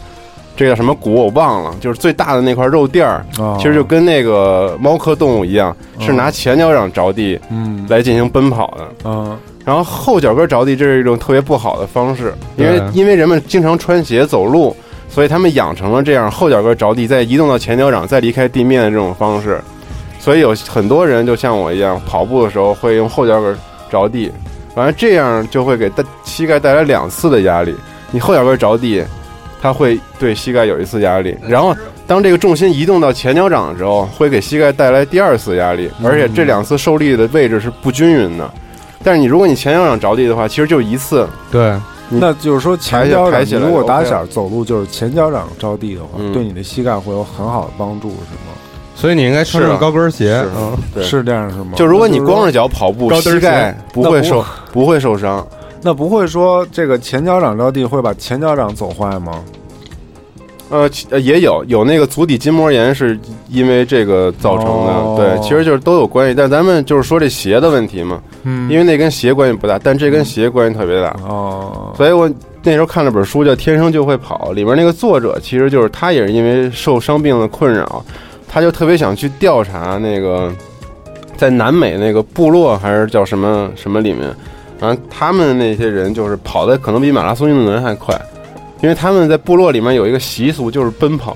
这叫什么骨，我忘了，就是最大的那块肉垫儿，啊其实就跟那个猫科动物一样，是拿前脚掌着地嗯来进行奔跑的。嗯然后后脚跟着地，这是一种特别不好的方式，因为对因为人们经常穿鞋走路，所以他们养成了这样后脚跟着地，再移动到前脚掌，再离开地面的这种方式。所以有很多人就像我一样，跑步的时候会用后脚跟着地，完了这样就会给大膝盖带来两次的压力。你后脚跟着地，它会对膝盖有一次压力，然后当这个重心移动到前脚掌的时候，会给膝盖带来第二次压力，而且这两次受力的位置是不均匀的。但是你如果你前脚掌着地的话，其实就一次，对，那就是说前脚掌，抬你起来如果就打 OK 了小走路就是前脚掌着地的话，嗯对你的膝盖会有很好的帮助，是所以你应该穿是上啊高跟鞋。是嗯，吗？对是这样是吗？就如果你那就是光着脚跑步高，跟鞋膝盖不会受不会受伤。说，那不会说这个前脚掌着地会把前脚掌走坏吗？呃，其呃也有有那个足底筋膜炎是因为这个造成的，哦对，其实就是都有关系。但咱们就是说这鞋的问题嘛，嗯因为那跟鞋关系不大，但这跟鞋关系特别大。哦，所以我那时候看了本书叫《天生就会跑》，里面那个作者其实就是他，也是因为受伤病的困扰，他就特别想去调查那个在南美那个部落还是叫什么什么里面，然后他们那些人就是跑的可能比马拉松运动员还快，因为他们在部落里面有一个习俗就是奔跑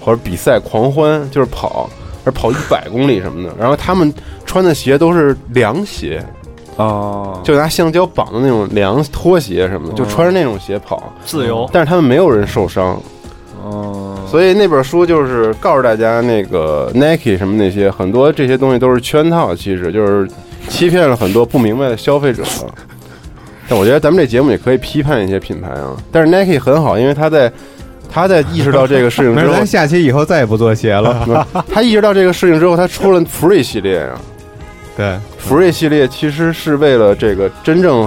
或者比赛狂欢，就是跑。而跑一百公里什么的，然后他们穿的鞋都是凉鞋，哦，就拿橡胶绑的那种凉拖鞋什么的，就穿着那种鞋跑。自由但是他们没有人受伤，哦，所以那本书就是告诉大家，那个 Nike 什么那些很多这些东西都是圈套，其实就是欺骗了很多不明白的消费者。 [LAUGHS] 但我觉得咱们这节目也可以批判一些品牌啊，但是 Nike 很好，因为他在他在意识到这个事 [LAUGHS] 情没事，之后咱，下期以后再也不做鞋了。他意识到这个事情之后，他出了 Free 系列啊。对， Free 嗯系列其实是为了这个真正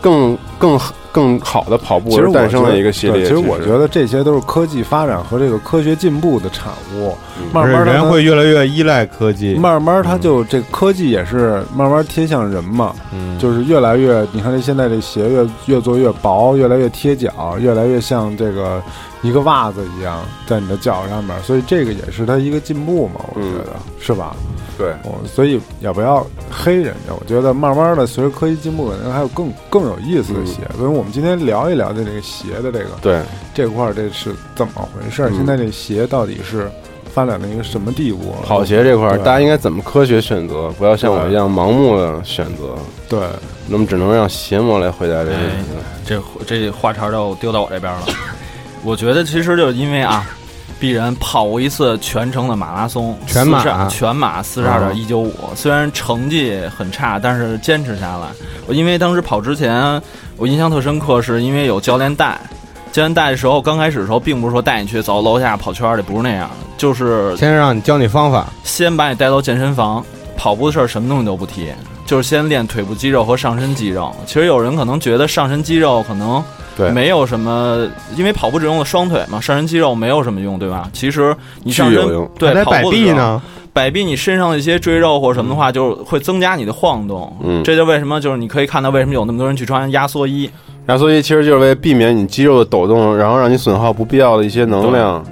更更更好的跑步其实而我诞生觉了得一个系对列。其实我觉得这些都是科技发展和这个科学进步的产物，嗯不慢是慢地人会越来越依赖科技。慢慢它就这科技也是慢慢贴向人嘛，嗯，就是越来越，你看这现在这鞋越越做越薄，越来越贴脚，越来越像这个一个袜子一样在你的脚上面，所以这个也是它一个进步嘛，我觉得、嗯是吧？对，我所以也不要黑人家，我觉得慢慢的随着科技进步，可能还有更更有意嗯思的鞋，所以我们今天聊一聊这这个鞋的这个对，这块儿这是怎么回事儿？嗯现在这鞋到底是发展到一个什么地步了？啊跑鞋这块儿，对大家应该怎么科学选择，不要像我一样盲目的选择。对，那么只能让邪魔来回哎答这个问题。 [LAUGHS] 这这话茬儿就丢到我这边了。我觉得其实就是因为啊，鄙人跑过一次全程的马拉松，全马啊哦42全马四十二点一九五。虽然成绩很差，但是坚持下来。我因为当时跑之前，我印象特深刻，是因为有教练带。教练带的时候，刚开始的时候，并不是说带你去走楼下跑圈儿里，不是那样，就是先让你教你方法，先把你带到健身房，跑步的事儿什么东西都不提，就是先练腿部肌肉和上身肌肉。其实有人可能觉得上身肌肉可能对没有什么，因为跑步只用了双腿嘛，上身肌肉没有什么用，对吧？其实你上巨有身用对还得跑摆步的臂时候，呢，摆臂你身上的一些赘肉或者什么的话，就是会增加你的晃动。嗯这就为什么就是你可以看到为什么有那么多人去穿压缩衣，压缩衣其实就是为了避免你肌肉的抖动，然后让你损耗不必要的一些能量，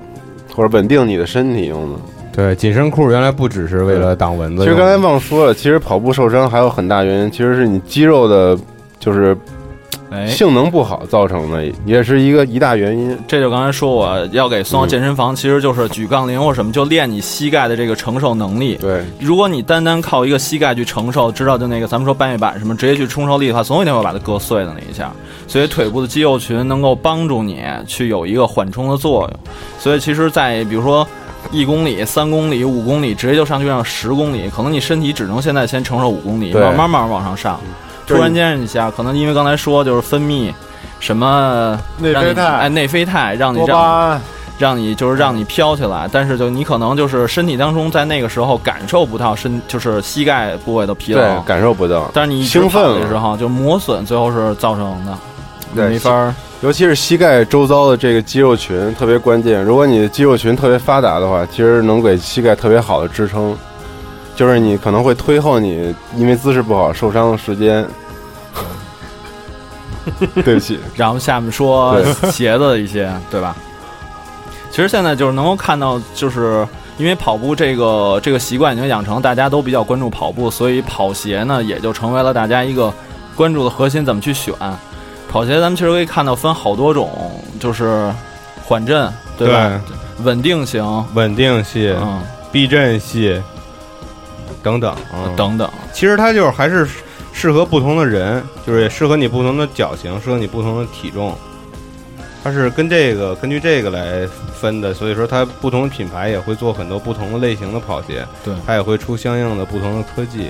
或者稳定你的身体用的。对，紧身裤原来不只是为了挡蚊子其用的，实刚才忘说了，其实跑步受伤还有很大原因，其实是你肌肉的，就是哎，性能不好造成的，也是一个一大原因。这就刚才说我要给送到嗯健身房，其实就是举杠铃或什么，就练你膝盖的这个承受能力。对，如果你单单靠一个膝盖去承受，知道就那个咱们说半月板什么，直接去冲受力的话，总有一天会把它割碎的那一下。所以腿部的肌肉群能够帮助你去有一个缓冲的作用。所以其实，在比如说一公里、三公里、五公里，直接就上去上十公里，可能你身体只能现在先承受五公里，对慢慢慢慢往上上。就突是然间一下，可能因为刚才说就是分泌什么内让啡你哎肽、内啡肽，让你多让巴胺，让你就是让你飘起来，但是就你可能就是身体当中在那个时候感受不到身就是膝盖部位的疲对劳，，感受不到，但是你一直兴奋跑了的时候就磨损，最后是造成的，你对没法儿尤其是膝盖周遭的这个肌肉群特别关键。如果你的肌肉群特别发达的话，其实能给膝盖特别好的支撑，就是你可能会推后你因为姿势不好受伤的时间。对不起，然后下面说对 [LAUGHS] 鞋子的一些，对吧？其实现在就是能够看到，就是因为跑步这个这个习惯已经养成，大家都比较关注跑步，所以跑鞋呢也就成为了大家一个关注的核心，怎么去选跑鞋？咱们其实可以看到分好多种，就是缓震，对吧？对稳定型，稳定系、嗯，避震系等等、嗯等等，其实它就是还是适合不同的人，就是也适合你不同的脚型，适合你不同的体重。它是跟这个根据这个来分的，所以说它不同品牌也会做很多不同的类型的跑鞋，对它也会出相应的不同的科技。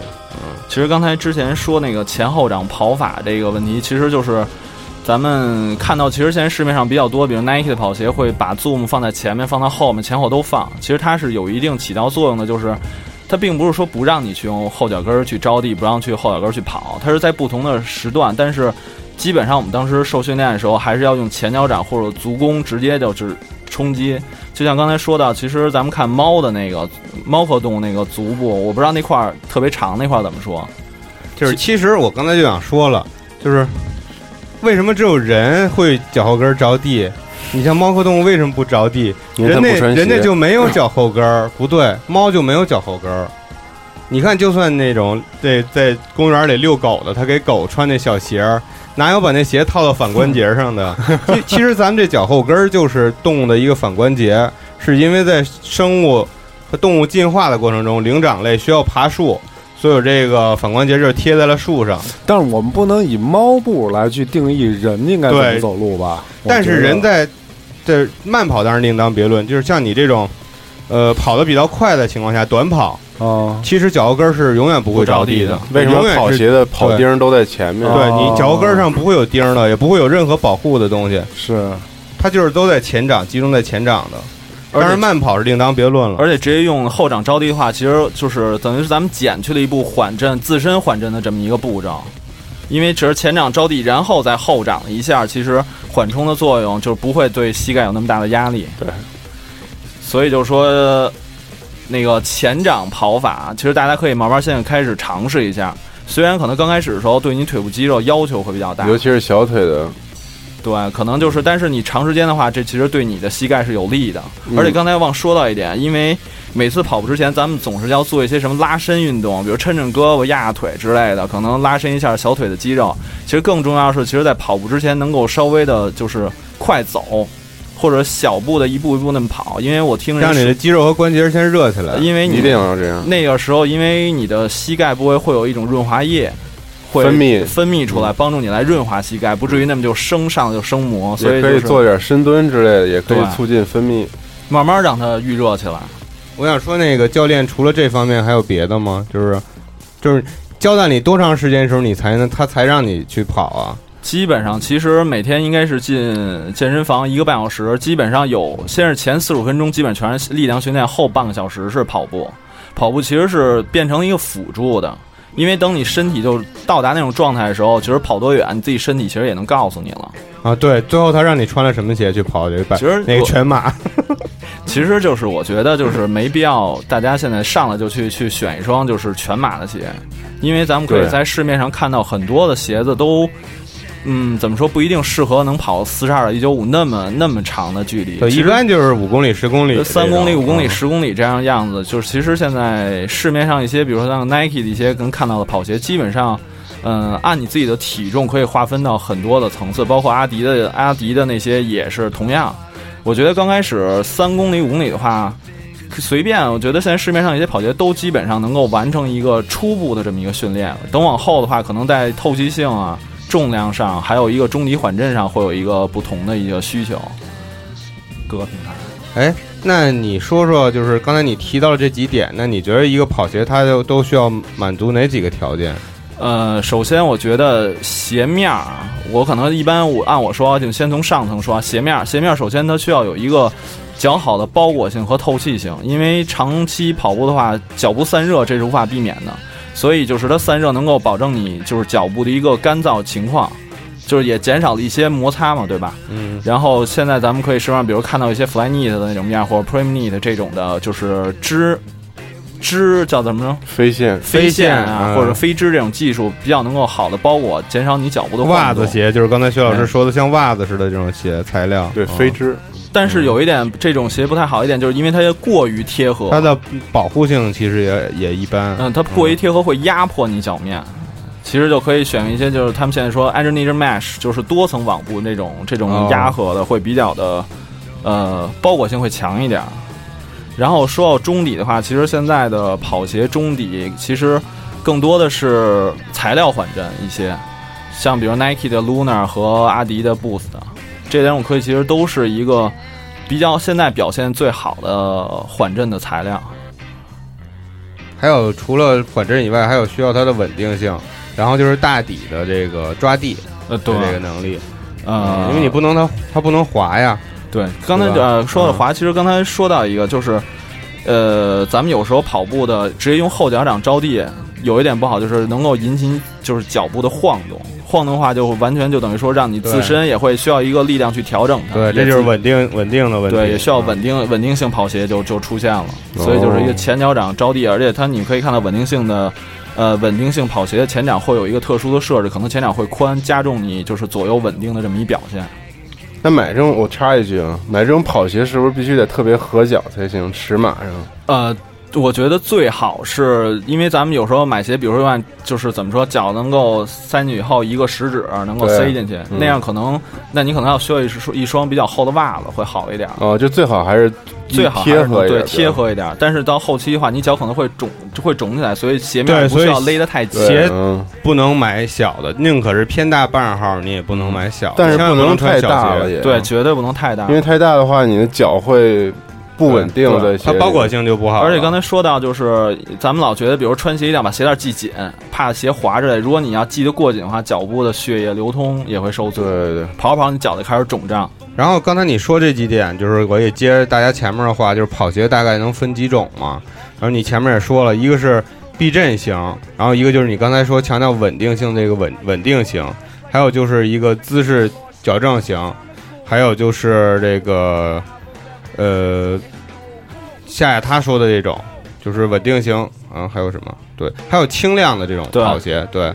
其实刚才之前说那个前后掌跑法这个问题，其实就是咱们看到，其实现在市面上比较多，比如 Nike 的跑鞋会把 Zoom 放在前面，放到后面，前后都放。其实它是有一定起到作用的，就是它并不是说不让你去用后脚跟儿去着地，不让去后脚跟儿去跑，它是在不同的时段，但是。基本上我们当时受训练的时候，还是要用前脚掌或者足弓直接就是冲击。就像刚才说到，其实咱们看猫的那个猫科动物那个足部，我不知道那块儿特别长那块儿怎么说，就是其实我刚才就想说了，就是为什么只有人会脚后跟儿着地？你像猫科动物为什么不着地？因为他人们那不穿鞋，人家就没有脚后跟 [LAUGHS] 儿，不对，猫就没有脚后跟儿。你看，就算那种在在公园里遛狗的，他给狗穿那小鞋儿，哪有把那鞋套到反关节上 [LAUGHS] 的？其其实咱们这脚后跟儿就是动物的一个反关节，是因为在生物和动物进化的过程中，灵长类需要爬树，所以有这个反关节就是贴在了树上。但是我们不能以猫步来去定义人应该怎么对走路吧？我但是觉得人在这慢跑当然另当别论，就是像你这种，呃，跑得比较快的情况下，短跑。啊，其实脚后跟儿是永远不会着地的，为什么永远是跑？鞋的跑钉儿都在前面？对哦你脚后跟儿上不会有钉儿的，也不会有任何保护的东西，是它就是都在前掌，集中在前掌的。而且但是慢跑是另当别论了。而且直接用后掌着地的话，其实就是等于是咱们减去了一步缓震自身缓震的这么一个步骤。因为只是前掌着地，然后再后掌一下，其实缓冲的作用就是不会对膝盖有那么大的压力。对，所以就说那个前掌跑法，其实大家可以慢慢现在开始尝试一下。虽然可能刚开始的时候对你腿部肌肉要求会比较大，尤其是小腿的，对，可能就是，但是你长时间的话，这其实对你的膝盖是有利的。嗯而且刚才忘说到一点，因为每次跑步之前，咱们总是要做一些什么拉伸运动，比如抻抻胳膊、压压腿之类的，可能拉伸一下小腿的肌肉。其实更重要的是，其实在跑步之前能够稍微的就是快走，或者小步的一步一步那么跑，因为我听人让你的说，肌肉和关节先热起来。因为你一定要这样。那个时候，因为你的膝盖部位会有一种润滑液。会分泌嗯分泌出来，帮助你来润滑膝盖，不至于那么就生上就生磨，所以也可以就是做点深蹲之类的，也可以对促进分泌。慢慢让它预热起来。我想说，那个教练除了这方面还有别的吗？就是，就是交代你多长时间的时候，你才能他才让你去跑啊？基本上，其实每天应该是进健身房一个半小时，基本上有先是前四十分钟，基本全是力量训练，后半个小时是跑步。跑步其实是变成一个辅助的，因为等你身体就到达那种状态的时候，其实跑多远，你自己身体其实也能告诉你了。啊，对，最后他让你穿了什么鞋去跑这个百，其实那个我全马，其实就是我觉得就是没必要，大家现在上来就去去选一双就是全码的鞋，因为咱们可以对在市面上看到很多的鞋子都，嗯，怎么说不一定适合能跑四十二到一九五那么那么长的距离，对，其一实般就是五公里、十公里、呃三公里、五公里、嗯十公里这样样子，就是其实现在市面上一些，比如说像 Nike 的一些能看到的跑鞋，基本上，嗯、按你自己的体重可以划分到很多的层次，包括阿迪的阿迪的那些也是同样。我觉得刚开始三公里、五公里的话，随便，我觉得现在市面上一些跑鞋都基本上能够完成一个初步的这么一个训练。等往后的话，可能在透气性啊、重量上，还有一个中底缓震上，会有一个不同的一个需求。各个品牌。哎，那你说说，就是刚才你提到了这几点，那你觉得一个跑鞋它都都需要满足哪几个条件？呃，首先我觉得鞋面儿啊，我可能一般我按我说，就先从上层说啊，鞋面儿，鞋面儿首先它需要有一个呃较好的包裹性和透气性，因为长期跑步的话，脚部散热这是无法避免的，所以就是它散热能够保证你就是脚部的一个干燥情况，就是也减少了一些摩擦嘛，对吧？嗯，然后现在咱们可以市面上，比如看到一些 Flyknit 的那种面儿或者 Primeknit 这种的，就是织织叫怎么着？飞线飞线嗯啊，或者飞织这种技术，比较能够好的包裹，减少你脚部的袜晃动子。鞋就是刚才薛老师说的像袜子似的这种鞋材料，哎对嗯飞织，但是有一点，这种鞋不太好一点，就是因为它过于贴合，它的保护性其实也也一般。嗯，它过于贴合会压迫你脚面。其实就可以选一些，就是他们现在说 a n g e l i n a Mesh，就是多层网布那种，这哦种压合的会比较的，呃，包裹性会强一点。然后说到中底的话，其实现在的跑鞋中底其实更多的是材料缓震一些，像比如 Nike 的 Lunar 和阿迪的 Boost，这两种科技其实都是一个比较现在表现最好的缓震的材料。还有除了缓震以外，还有需要它的稳定性，然后就是大底的这个抓地呃，的对，这个能力，呃，啊因为你不能它它不能滑呀。对，刚才对吧嗯呃说到滑，其实刚才说到一个就是，呃，咱们有时候跑步的直接用后脚掌着地，有一点不好，就是能够引起就是脚部的晃动，晃动的话就完全就等于说让你自身也会需要一个力量去调啊整它，对，这也就自是稳定稳定嗯哦的问题。对，也需要稳定稳定性跑鞋就就出现了，所以就是一个前脚掌着地，而且它你可以看到稳定性的。呃，稳定性跑鞋的前掌会有一个特殊的设置，可能前掌会宽，加重你就是左右稳定的这么一表现。那买这种，我插一句啊，买这种跑鞋是不是必须得特别合脚才行？尺码嗯上，呃，我觉得最好是因为咱们有时候买鞋，比如说按就是怎么说，脚能够塞进去以后，一个食指能够对嗯塞进去，那样可能，那你可能要需要一双一双比较厚的袜子会好一点。哦，就最好还是最好还贴是合一点，对贴。合一点，但是到后期的话，你脚可能会肿，会肿起来，所以鞋对面不所以需要勒得太紧。鞋对，嗯，不能买小的，宁可是偏大半号，你也不能买小的，嗯但是千万不不能穿太小大鞋了，也，对，绝对不能太大因。为太大的话，你的脚会不稳定对在鞋它里。包裹性就不好了。而且刚才说到，就是咱们老觉得，比如穿鞋一定要把鞋带系紧，怕鞋滑着来。如果你要系得过紧的话，脚部的血液流通也会受阻对，对对，跑着跑着你脚就开始肿胀。然后刚才你说这几点，就是我也接着大家前面的话，就是跑鞋大概能分几种嘛。然后你前面也说了，一个是避震型，然后一个就是你刚才说强调稳定性这个稳稳定型，还有就是一个姿势矫正型，还有就是这个呃，夏夏他说的这种就是稳定型啊、还有什么？对，还有轻量的这种对跑鞋，对，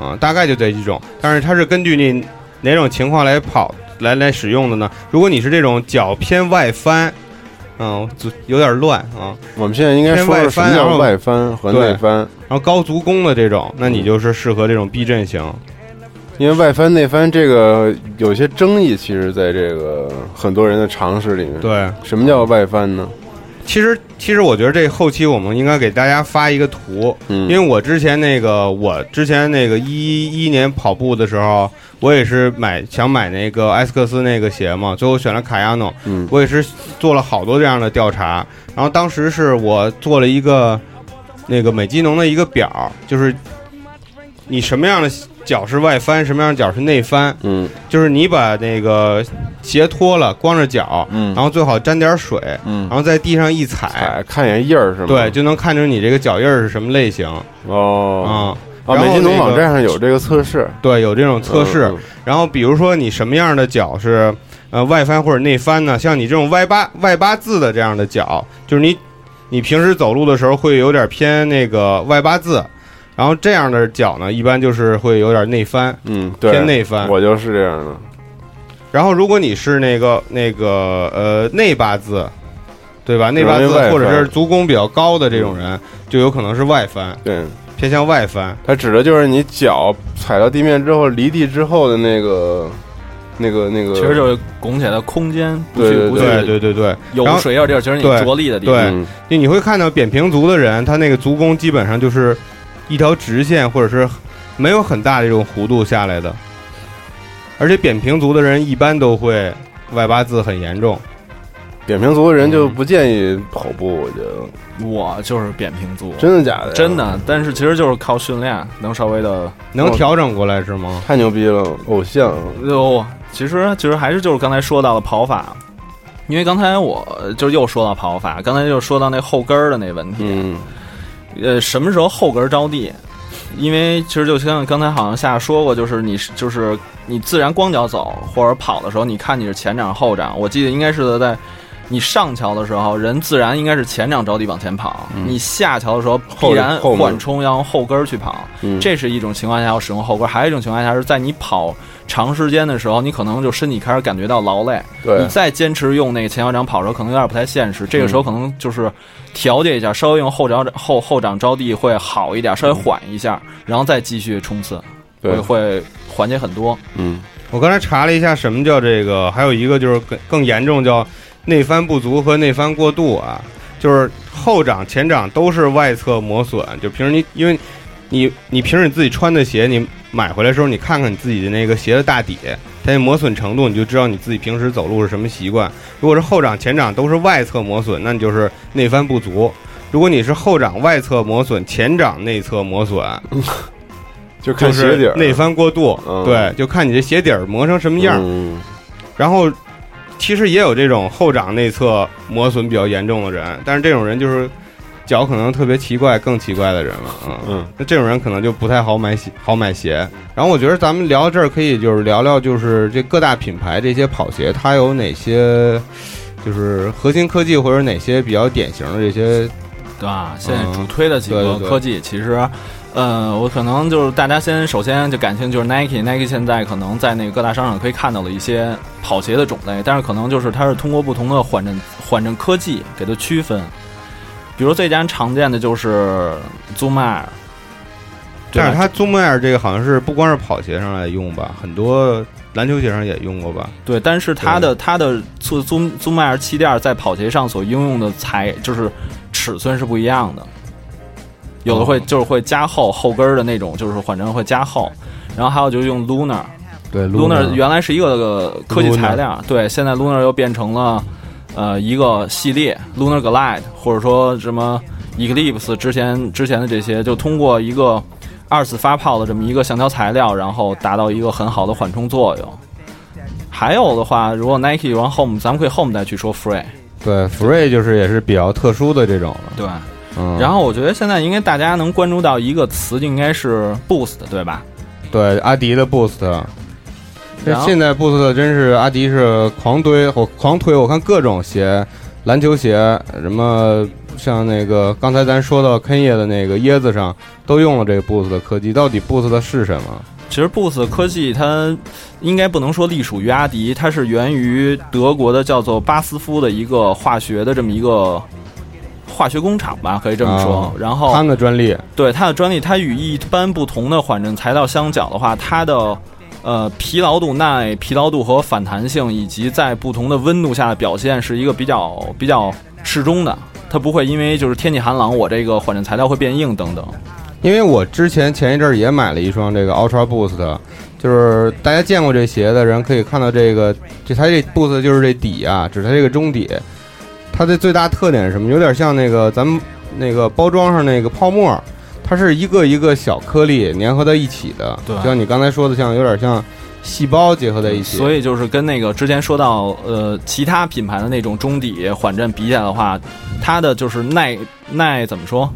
嗯、大概就这几种。但是它是根据你哪种情况来跑来来使用的呢？如果你是这种脚偏外翻，嗯，就有点乱啊，我们现在应该说说什偏外翻么然叫后外翻和内翻，然后高足弓的这种，那你就是适合这种避震型。嗯因为外翻内翻这个有些争议，其实在这个很多人的常识里面。，对，什么叫外翻呢？其实其实我觉得这后期我们应该给大家发一个图，嗯，因为我之前那个我之前那个一一年跑步的时候，我也是买想买那个埃斯克斯那个鞋嘛，最后选了卡亚诺，嗯我也是做了好多这样的调查，然后当时是我做了一个那个美肌农的一个表，就是你什么样的脚是外翻，什么样的脚是内翻，嗯就是你把那个鞋脱了，光着脚，嗯然后最好沾点水，然嗯，后在地上一踩，哎，看一眼印儿是吗？对，就能看出你这个脚印儿是什么类型哦啊。啊，然后美津浓那个网站上有这个测试对，有这种测试。，嗯然后比如说你什么样的脚是呃外翻或者内翻呢？像你这种外八外八字的这样的脚，就是你你平时走路的时候会有点偏那个外八字，然后这样的脚呢，一般就是会有点内翻，嗯，对，偏内翻。我就是这样的，然后如果你是那个那个呃内八字。对吧？内八字容易外翻嗯或者是足弓比较高的这种人，就有可能是外翻，对，偏向外翻。它指的就是你脚踩到地面之后，离地之后的那个、那个、那个，嗯其实就是拱起来的空间不对去对不去对对对对，然有后水印儿地儿，其实你对着力的地对方。嗯就你会看到扁平足的人，他那个足弓基本上就是一条直线，或者是没有很大的这种弧度下来的。而且扁平足的人一般都会外八字很严重，扁平足的人就不建议跑步，我觉得我就是扁平足，真的假的？真，的，但是其实就是靠训练能稍微的。哦能调整过来是吗？太牛逼了，偶像，哦，其实其实还是就是刚才说到的跑法，因为刚才我呃就又说到跑法，刚才就说到那后跟儿的那问题。嗯呃，什么时候后跟儿着地？因为其实就像刚才好像夏说过，就是你是就是你自然光脚走或者跑的时候，你看你是前掌后掌，我记得应该是在你上桥的时候，人自然应该是前掌着地往前跑，你下桥的时候必嗯后然后面缓冲要用后跟儿去跑，嗯，这是一种情况下要使用后跟儿，还有一种情况下是在你跑长时间的时候，你可能就身体开始感觉到劳累，你对，嗯再坚持用那个前脚掌跑的时候，可能有点不太现实。这个时候可能就是调节一下，稍微用后脚掌后后掌着地会好一点，稍微缓一下，然后再继续冲刺，嗯对会，会缓解很多。嗯，我刚才查了一下什么叫这个，还有一个就是更更严重叫内翻不足和内翻过度啊，就是后掌、前掌都是外侧磨损。就平时你因为你你平时你自己穿的鞋，你买回来的时候你看看你自己的那个鞋的大底，它那磨损程度，你就知道你自己平时走路是什么习惯。如果是后掌、前掌都是外侧磨损，那你就是内翻不足。如果你是后掌外侧磨损，前掌内侧磨损，就看就鞋底是儿内翻过度，嗯对，就看你这鞋底儿磨成什么样。嗯然后其实也有这种后掌内侧磨损比较严重的人，但是这种人就是脚可能特别奇怪，更奇怪的人了，嗯。嗯，那这种人可能就不太好买鞋，好买鞋。然后我觉得咱们聊到这儿，可以就是聊聊，就是这各大品牌这些跑鞋，它有哪些就是核心科技，或者哪些比较典型的这些，对吧？现在嗯主推的几对个对对科技，其实，呃，我可能就是大家先首先就感兴趣就是 Nike，Nike 现在可能在那个各大商场可以看到了一些跑鞋的种类，但是可能就是它是通过不同的缓震缓震科技给它区分，比如最家常见的就是 Zoom Air，对但吧是它 Zoom Air 这个好像是不光是跑鞋上来用吧，很多篮球鞋上也用过吧。对，但是它的它的促宗宗迈尔气垫在跑鞋上所应用的材就是尺寸是不一样的，有的会哦就是会加厚后跟儿的那种，就是缓震会加厚，然后还有就是用 Lunar 对 Lunar 原来是一个呃科技材料，对，现在 Lunar 又变成了呃一个系列 Lunar Glide 或者说什么 Eclipse 之前之前的这些，就通过一个二次发泡的这么一个橡胶材料，然后达到一个很好的缓冲作用。还有的话，如果 Nike 往 Home，咱们可以 Home 再去说 Free，对 Free 就是也是比较特殊的这种了。对。嗯，然后我觉得现在应该大家能关注到一个词，就应该是 Boost，对吧？对阿迪的 Boost，这然后现在 Boost 真是阿迪是狂堆，我狂推，我看各种鞋，篮球鞋，什么像那个刚才咱说到 Ken 叶的那个椰子上都用了这个 Boost 的科技，到底 Boost 的是什么？其实 Boost 科技它应该不能说隶属于阿迪，它是源于德国的叫做巴斯夫的一个化学的这么一个化学工厂吧，可以这么说。哦然他后们的专利，对它的专利，它与一般不同的缓震材料相较的话，它的呃疲劳度、耐疲劳度和反弹性，以及在不同的温度下的表现是一个比较比较适中的。它不会因为就是天气寒冷，我这个缓震材料会变硬等等。因为我之前前一阵儿也买了一双这个 Ultra Boost，就是大家见过这鞋的人可以看到这个，就它这 Boost 就是这底啊，指它这个中底，它的最大特点是什么？有点像那个咱们那个包装上那个泡沫，它是一个一个小颗粒粘合在一起的，对就像你刚才说的，像有点像细胞结合在一起。所以就是跟那个之前说到呃其他品牌的那种中底缓震比起来的话，它的就是耐耐怎么说，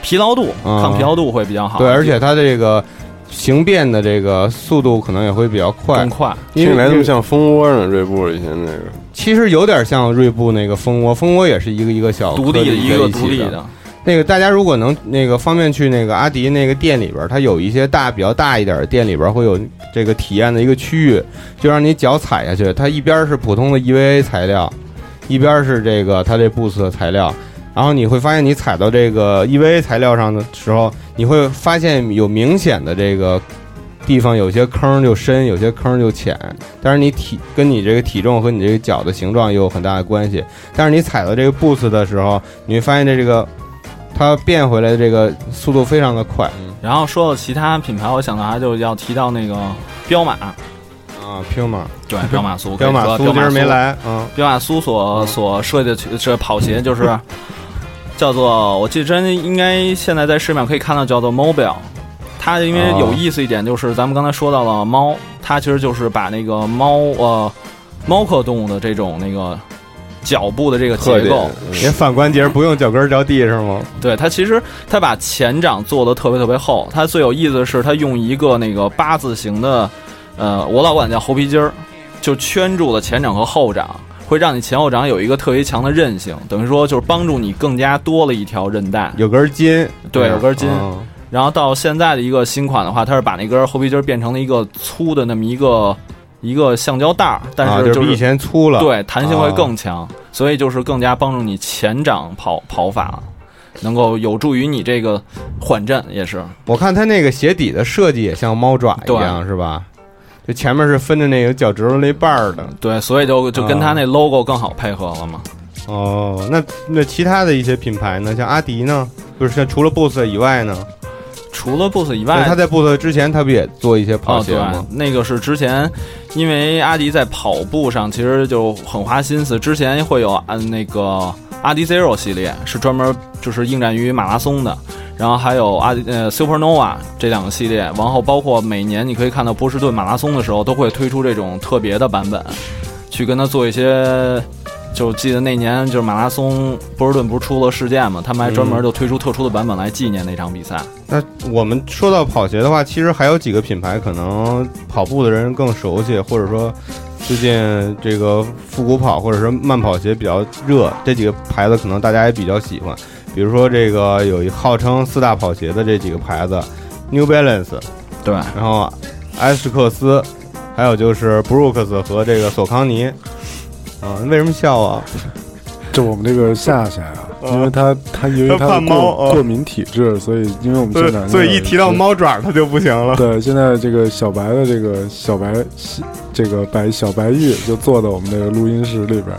疲劳度嗯抗疲劳度会比较好，对，而且它这个形变的这个速度可能也会比较快更，快。因为听起来那么像蜂窝呢，锐步以前那个。其实有点像锐步那个蜂窝，蜂窝也是一个一个小独立颗的粒一在个起独立的。的，那个大家如果能那个方便去那个阿迪那个店里边儿，它有一些大比较大一点儿的店里边儿会有这个体验的一个区域，就让你脚踩下去，它一边儿是普通的 EVA 材料，一边儿是这个它这 Boost 的 E 材料。然后你会发现，你踩到这个 EVA 材料上的时候，你会发现有明显的这个地方有些坑就深，有些坑就浅。但是你体跟你这个体重和你这个脚的形状也有很大的关系。但是你踩到这个 Boost 的时候，你会发现这这个它变回来的这个速度非常的快然后说到其他品牌，我想到还就要提到那个彪马，啊，彪马， [LAUGHS] 对，彪马苏，彪马可苏以说今彪儿马没来，嗯，彪马苏所所设计的这这跑鞋就是叫做，我记得真应该现在在市面可以看到叫做 Mobile。它因为哦有意思一点就是，咱们刚才说到了猫，它其实就是把那个猫呃猫科动物的这种那个脚部的这个特结点嗯构，连反关节不用脚跟儿着地是吗？对它其实它把前掌做的特别特别厚，它最有意思的是它用一个那个八字形的，呃，我老管它叫猴皮筋儿，就圈住了前掌和后掌，会让你前后掌有一个特别强的韧性，等于说就是帮助你更加多了一条韧带。有根儿筋，对有根儿筋嗯然后到现在的一个新款的话，它是把那根猴皮筋儿变成了一个粗的那么一个一个橡胶带儿，但啊是就是就比以是、前粗了，对弹性会啊更强，所以就是更加帮助你前掌跑跑法。能够有助于你这个缓震，也是。我看它那个鞋底的设计也像猫爪一对样，是吧？就前面是分着那个脚趾头那瓣儿的。对，所以就就跟啊他那 logo 更好配合了嘛。哦，那那其他的一些品牌呢？像阿迪呢？就是像除了 Boost 以外呢？除了 Boost 以那外，它在 Boost 之前，它不也做一些跑哦鞋对吗？，那个是之前，因为阿迪在跑步上其实就很花心思，之前会有嗯那个阿迪 Zero 系列是专门就是应战于马拉松的。然后还有阿迪呃 Supernova 这两个系列，然后包括每年你可以看到波士顿马拉松的时候，都会推出这种特别的版本，去跟他做一些。就记得那年就是马拉松波士顿不是出了事件嘛，他们还嗯专门就推出特殊的版本来纪念那场比赛。那我们说到跑鞋的话，其实还有几个品牌可能跑步的人更熟悉，或者说最近这个复古跑或者是慢跑鞋比较热，这几个牌子可能大家也比较喜欢。比如说这个有一号称四大跑鞋的这几个牌子，New Balance，对，然后埃什克斯，还有就是布鲁克斯和这个索康尼。啊，为什么笑啊？就我们这个夏夏啊，因为他他因为他他怕的猫过哦过敏体质，所以因为我们现在猫爪，它就不行 [LAUGHS] 了。对，现在这个小白的这个小白西这个白小白玉就坐在我们这个录音室里边儿，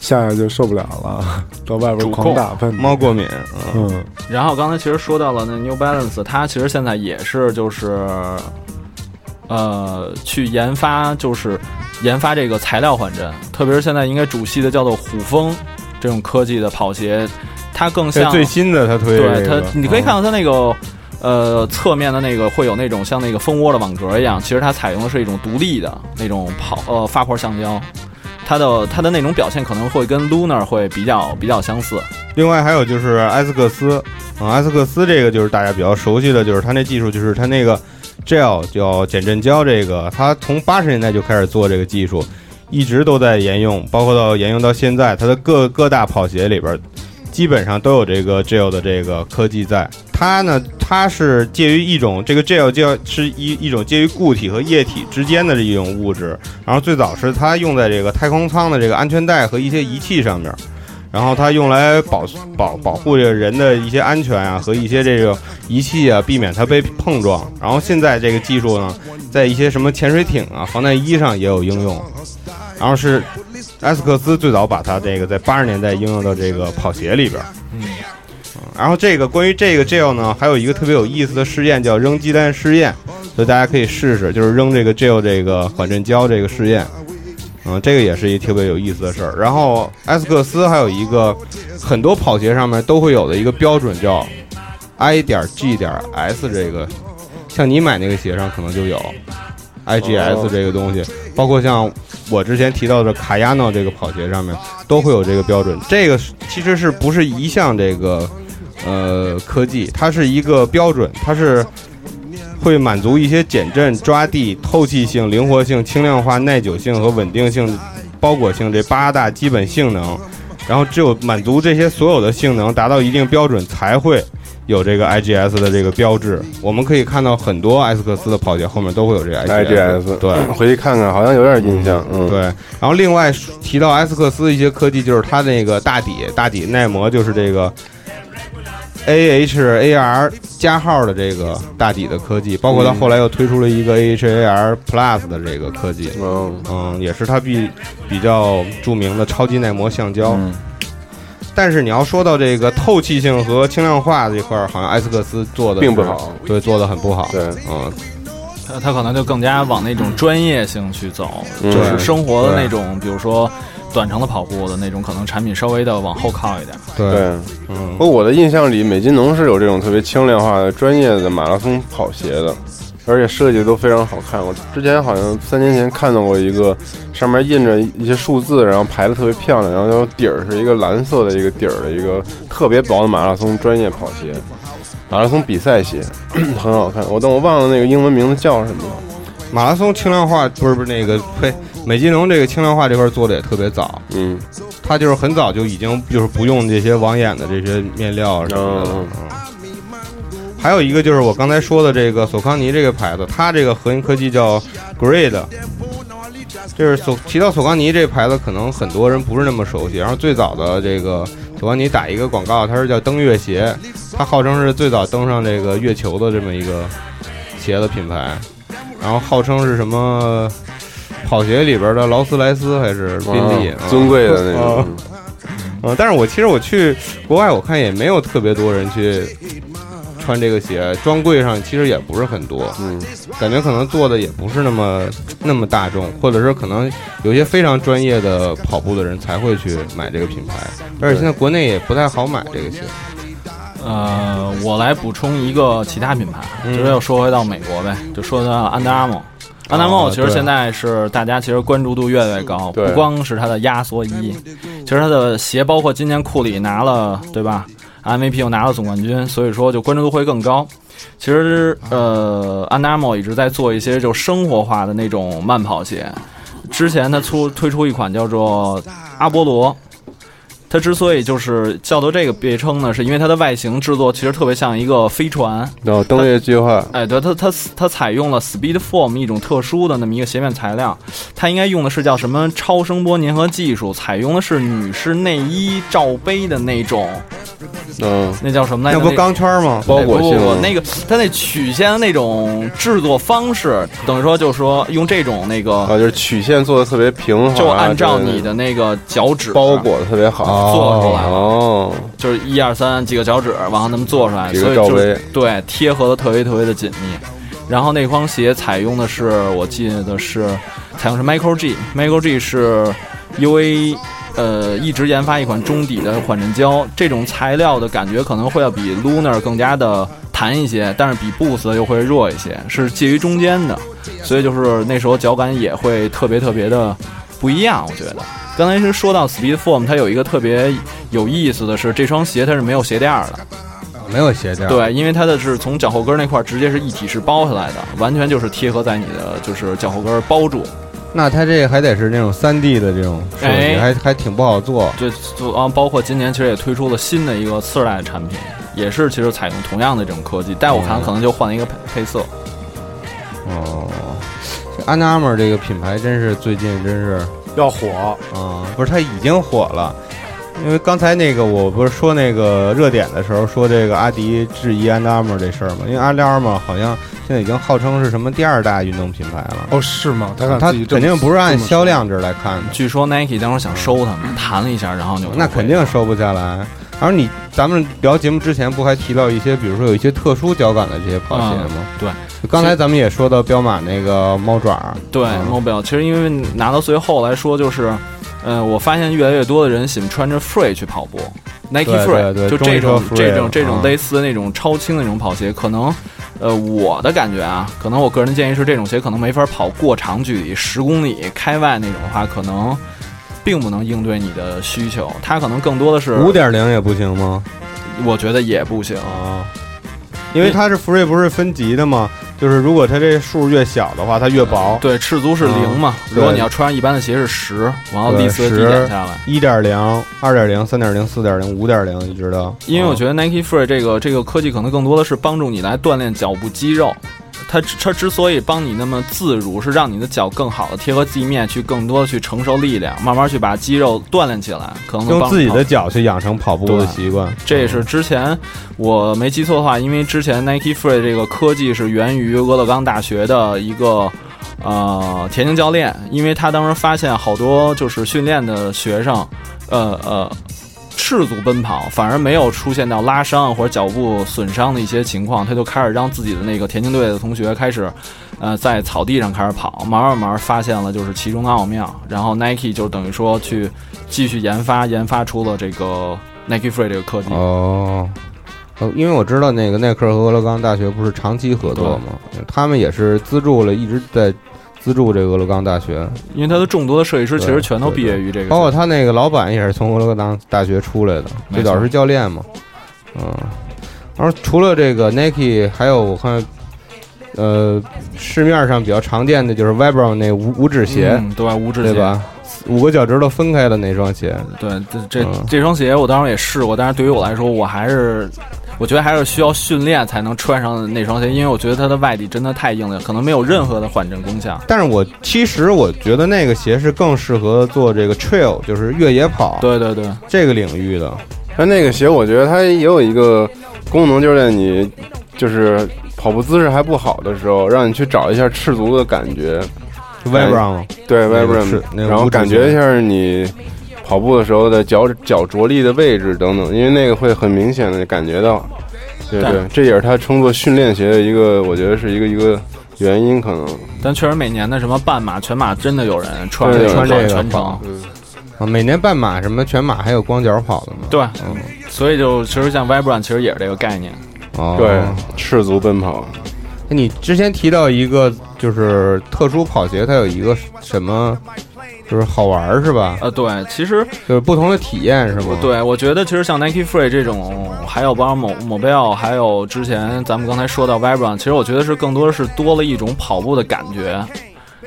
夏夏就受不了了， [LAUGHS] 到外边主儿狂控打喷嚏。猫过敏，嗯，嗯，然后刚才其实说到了那 New Balance，它其实现在也是就是，呃，去研发就是研发这个材料缓震，特别是现在应该主系的叫做虎风这种科技的跑鞋，它更这像最新的它推的对这它个，你可以嗯看到它那个。呃，侧面的那个会有那种像那个蜂窝的网格一样，其实它采用的是一种独立的那种跑呃发泡橡胶，它的它的那种表现可能会跟 Lunar 会比较比较相似。另外还有就是埃斯克斯，啊、埃斯克斯这个就是大家比较熟悉的，就是它那技术，就是它那个 gel 叫减震胶，这个它从八十年代就开始做这个技术，一直都在沿用，包括到沿用到现在，它的各各大跑鞋里边，基本上都有这个 gel 的这个科技在。它呢，它是介于一种这个 gel 叫是一一种介于固体和液体之间的这一种物质，然后最早是它用在这个太空舱的这个安全带和一些仪器上面。然后它用来保保保护这个人的一些安全啊和一些这个仪器啊，避免它被碰撞。然后现在这个技术呢，在一些什么潜水艇啊、防弹衣上也有应用。然后是埃斯克斯最早把它这个在八十年代应用到这个跑鞋里边。嗯，然后这个关于这个 gel 呢，还有一个特别有意思的试验叫扔鸡蛋试验，所以大家可以试试，就是扔这个 gel 这个缓震胶这个试验。嗯，这个也是一特别有意思的事儿。然后埃斯克斯还有一个很多跑鞋上面都会有的一个标准叫 I 点 G 点 S 这个，像你买那个鞋上可能就有 IGS 这个东西，包括像我之前提到的卡亚诺这个跑鞋上面都会有这个标准。这个是其实是不是一项这个呃科技，它是一个标准，它是会满足一些减震、抓地、透气性、灵活性、轻量化、耐久性和稳定性、包裹性这八大基本性能。然后只有满足这些所有的性能，达到一定标准，才会有这个 IGS 的这个标志。我们可以看到很多埃斯克斯的跑鞋后面都会有这个 IGS 对。回去看看，好像有点印象。嗯，对，然后另外提到埃斯克斯一些科技，就是它那个大底大底耐磨，就是这个 A H A R 加号的这个大底的科技，包括嗯它后来又推出了一个 A H A R Plus 的这个科技，嗯，嗯，也是它比比较著名的超级耐磨橡胶。嗯但是你要说到这个透气性和轻量化这块儿，好像埃斯克斯做的并不是好，对，做的很不好。对，嗯，他他可能就更加往那种专业性去走，嗯就是生活的那种，比如说短程的跑步的那种，可能产品稍微的往后靠一点。对，对。嗯不，过我的印象里，美津浓是有这种特别轻量化的专业的马拉松跑鞋的，而且设计都非常好看。我之前好像三年前看到过一个，上面印着一些数字，然后排的特别漂亮，然后底儿是一个蓝色的一个底儿的一个特别薄的马拉松专业跑鞋，马拉松比赛鞋 [LAUGHS] 很好看。我但我忘了那个英文名字叫什么了。马拉松轻量化不是不是那个呸，美津浓这个轻量化这块做的也特别早，嗯，它就是很早就已经就是不用这些网眼的这些面料什么的了。嗯嗯还有一个就是我刚才说的这个索康尼这个牌子，它这个核心科技叫 Grid，就是索提到索康尼这牌子，可能很多人不是那么熟悉。然后最早的这个索康尼打一个广告，它是叫登月鞋，它号称是最早登上这个月球的这么一个鞋的品牌，然后号称是什么跑鞋里边的劳斯莱斯还是宾利，啊嗯 [LAUGHS] 尊贵的那啊种。嗯，但是我其实我去国外，我看也没有特别多人去穿这个鞋，专柜上其实也不是很多，嗯，感觉可能做的也不是那么那么大众，或者是可能有些非常专业的跑步的人才会去买这个品牌，而且现在国内也不太好买这个鞋。呃，我来补充一个其他品牌，嗯就是又说回到美国呗，就说到安达阿莫。安达哦莫其实对现在是大家其实关注度越来越高，不对光是它的压缩衣，其实它的鞋，包括今年库里拿了对吧，MVP 又拿了总冠军，所以说就关注度会更高。其实呃，安达莫一直在做一些就生活化的那种慢跑鞋，之前他出推出一款叫做阿波罗。它之所以就是叫做这个别称呢，是因为它的外形制作其实特别像一个飞船，然后哦登月计划，哎，对，它它它采用了 Speed Form 一种特殊的那么一个鞋面材料，它应该用的是叫什么超声波粘合技术，采用的是女士内衣罩杯的那种，嗯，那叫什么来那着？不钢圈吗？包裹性哎不不不那个它那曲线的那种制作方式，等于说就是说用这种那个，啊，就是曲线做的特别平滑，啊就按照对你的那个脚趾包裹的特别好。做出来了。哦，就是一二三几个脚趾往上那么做出来，几个所以罩就杯对贴合的特别特别的紧密。然后那双鞋采用的是，我记得是采用是 Micro G，Micro G 是 UA 呃一直研发一款中底的缓震胶，这种材料的感觉可能会要比 Lunar 更加的弹一些，但是比 Boost 又会弱一些，是介于中间的，所以就是那时候脚感也会特别特别的不一样，我觉得。刚才是说到 Speed Form，它有一个特别有意思的是，这双鞋它是没有鞋垫儿的，啊没有鞋垫，，对，因为它的是从脚后跟那块儿直接是一体式包下来的，完全就是贴合在你的就是脚后跟儿包住，那它这还得是那种三 D 的这种设计，哎还还挺不好做。就就啊，包括今年其实也推出了新的一个次世代的产品，也是其实采用同样的这种科技，但我看可能就换了一个配配色，哦，这安达 armor 这个品牌真是最近真是。要火，啊、不是，它已经火了。因为刚才那个我不是说那个热点的时候说这个阿迪质疑安达 armor 这事儿嘛，因为安达 armor 好像现在已经号称是什么第二大运动品牌了。哦，是吗？他它敢自己这肯么定不是按这么说销量值来看的，据说 Nike 当时想收他们，谈了一下，然后就那肯定收不下来。而你咱们聊节目之前不还提到一些，比如说有一些特殊脚感的这些跑鞋吗？对，刚才咱们也说到彪马那个猫爪儿，对嗯 Mobile。其实因为拿到最后来说，就是，呃，我发现越来越多的人喜欢穿着 Free 去跑步，Nike 对对 Free，对就终于这种说 Free 这了种这种嗯类似的那种超轻的那种跑鞋，可能。呃，我的感觉啊，可能我个人建议是，这种鞋可能没法跑过长距离，十公里开外那种的话，可能并不能应对你的需求。它可能更多的是，五点零也不行吗？我觉得也不行。啊，因为它是 Free 不是分级的吗？就是如果它这数越小的话，它越薄。对，赤足是零嘛，嗯如果对你要穿上一般的鞋是十，然后对第四个低10减下来。一点零、二点零、三点零、四点零、五点零，一直到。因为我得觉得 Nike Free 这个这个科技可能更多的是帮助你来锻炼脚部肌肉，它它之所以帮你那么自如，是让你的脚更好的贴合地面，去更多的去承受力量，慢慢去把肌肉锻炼起来，可能能啊用帮自己助的脚去养成跑步的对习惯，这也是之前我没记错的话，因为之前 Nike Free 这个科技是源于俄勒冈大学的一个呃田径教练，因为他当时发现好多就是训练的学生，呃呃。赤足奔跑反而没有出现到拉伤或者脚部损伤的一些情况，他就开始让自己的那个田径队的同学开始，呃，在草地上开始跑，慢慢慢慢发现了就是其中的奥妙，然后 Nike 就等于说去继续研发，研发出了这个 Nike Free 这个科技。哦。呃，因为我知道那个耐克和俄勒冈大学不是长期合作吗？他们也是资助了，一直在资助这个俄勒冈大学，因为它的众多的设计师其实全都毕业于这个，包括他那个老板也是从俄勒冈大学出来的，没最错早是教练嘛，嗯。然后除了这个 Nike，还有我看，呃，市面上比较常见的就是 Vibram 那五五指鞋，嗯、对吧？五指鞋对？吧？五个脚趾头分开的那双鞋，对，这这、嗯这双鞋我当时也试过，但是对于我来说，我还是我觉得还是需要训练才能穿上那双鞋，因为我觉得它的外底真的太硬了，可能没有任何的缓震功效。但是我其实我觉得那个鞋是更适合做这个 trail，就是越野跑对对对，这个领域的。但那个鞋，我觉得它也有一个功能，就是在你就是跑步姿势还不好的时候，让你去找一下赤足的感觉， Vibram，对那个 Vibram，是、那个然后五指感鞋觉一下你跑步的时候的脚脚着力的位置等等，因为那个会很明显的感觉到。对但对，这也是它称作训练鞋的一个，我觉得是一个一个原因，可能但确实每年的什么半马、全马，真的有人穿对着穿跑这个全程跑。啊，每年半马、什么全马还有光脚跑的嘛。对，所以就其实像 Vibram 其实也是这个概念。哦、对赤足奔跑。你之前提到一个就是特殊跑鞋，它有一个什么，就是好玩儿是吧？呃，对，其实就是不同的体验是吗？，对，我觉得其实像 Nike Free 这种，还有包括某某 Bell，还有之前咱们刚才说到 Vibram，其实我觉得是更多的是多了一种跑步的感觉。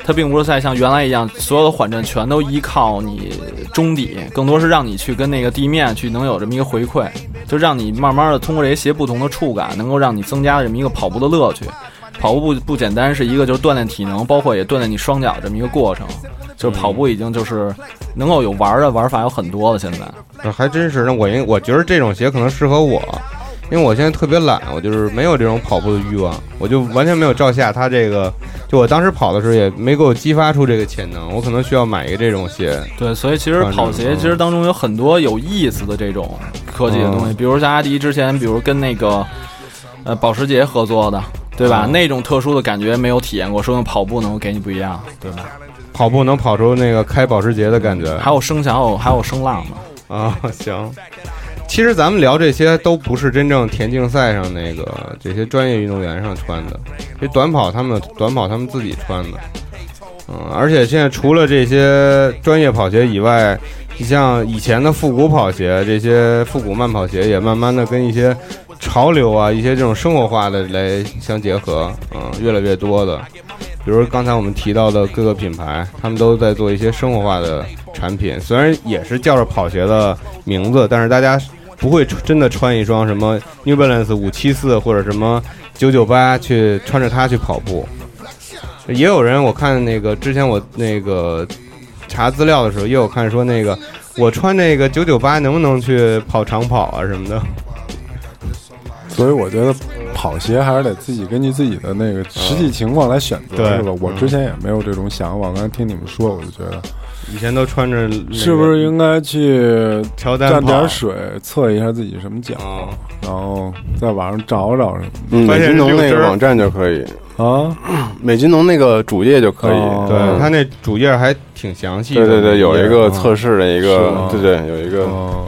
它并不是再像原来一样，所有的缓震全都依靠你中底，更多是让你去跟那个地面去能有这么一个回馈，就让你慢慢的通过这些鞋不同的触感，能够让你增加这么一个跑步的乐趣。跑步不不简单是一个就是锻炼体能，包括也锻炼你双脚这么一个过程。就是跑步已经就是能够有玩儿的玩法有很多了，现在。还真是。那我应我觉得这种鞋可能适合我，因为我现在特别懒，我就是没有这种跑步的欲望，我就完全没有照下它这个。就我当时跑的时候也没给我激发出这个潜能，我可能需要买一个这种鞋。对，所以其实反正跑鞋嗯其实当中有很多有意思的这种科技的东西，比如像阿迪之前，比如跟那个呃保时捷合作的，对吧？嗯那种特殊的感觉没有体验过，说明跑步能够给你不一样，对吧？跑步能跑出那个开保时捷的感觉。还有声响，还有还有声浪 [LAUGHS] 嘛。哦啊、行。其实咱们聊这些都不是真正田径赛上那个这些专业运动员上穿的，这短跑他们短跑他们自己穿的。嗯，而且现在除了这些专业跑鞋以外，你像以前的复古跑鞋，这些复古慢跑鞋也慢慢的跟一些潮流啊，一些这种生活化的来相结合，嗯，越来越多的。比如刚才我们提到的各个品牌，他们都在做一些生活化的产品，虽然也是叫着跑鞋的名字，但是大家不会真的穿一双什么 New Balance 五七四或者什么九九八去穿着它去跑步。也有人我看那个之前我那个查资料的时候，也有看说那个我穿那个九九八能不能去跑长跑啊什么的。所以我觉得好鞋还是得自己根据自己的那个实际情况来选择，对是吧？我之前也没有这种想法，刚才听你们说，我就觉得以前都穿着那个是不是应该去乔丹蘸跑点水测一下自己什么脚，啊？然后在网上找找什嗯，发美现津浓是六那针个儿网站就可以，么啊？美津浓那个主页就可以。哦对嗯他那主页还挺详细的，对对对，有一个嗯测试的一啊是个吗，对对，有一个哦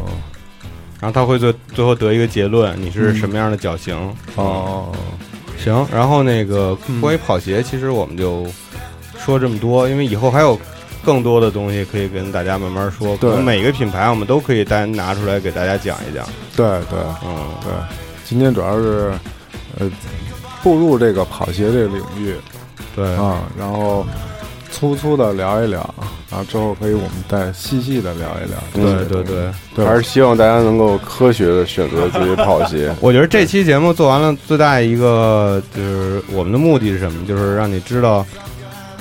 然后他会最最后得一个结论，你嗯是什么样的脚型？哦，行，然后那个嗯关于跑鞋，其实我们就说这么多，因为以后还有更多的东西可以跟大家慢慢说，可对能每个品牌我们都可以单拿出来给大家讲一讲。对对嗯，对，今天主要是呃步入这个跑鞋这个领域，对，啊，然后粗粗的聊一聊，然后之后可以我们再细细的聊一聊。嗯对对对，对，还是希望大家能够科学的选择自己跑鞋。 [LAUGHS] 我觉得这期节目做完了，最大一个就是我们的目的是什么？就是让你知道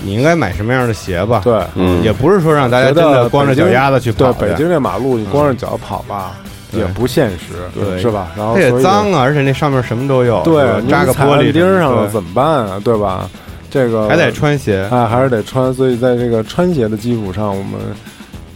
你应该买什么样的鞋吧。，对嗯，也不是说让大家觉得真的光着北京脚丫子去跑对，的，嗯北京这马路你光着脚跑吧，对也不现实，对是吧？然后它也所以脏啊，而且那上面什么都有，是吧对，扎个你踩玻璃烂钉儿上了对怎么办啊？对吧？这个还得 [LAUGHS] 穿鞋。哎，还是得穿。所以在这个穿鞋的基础上，我们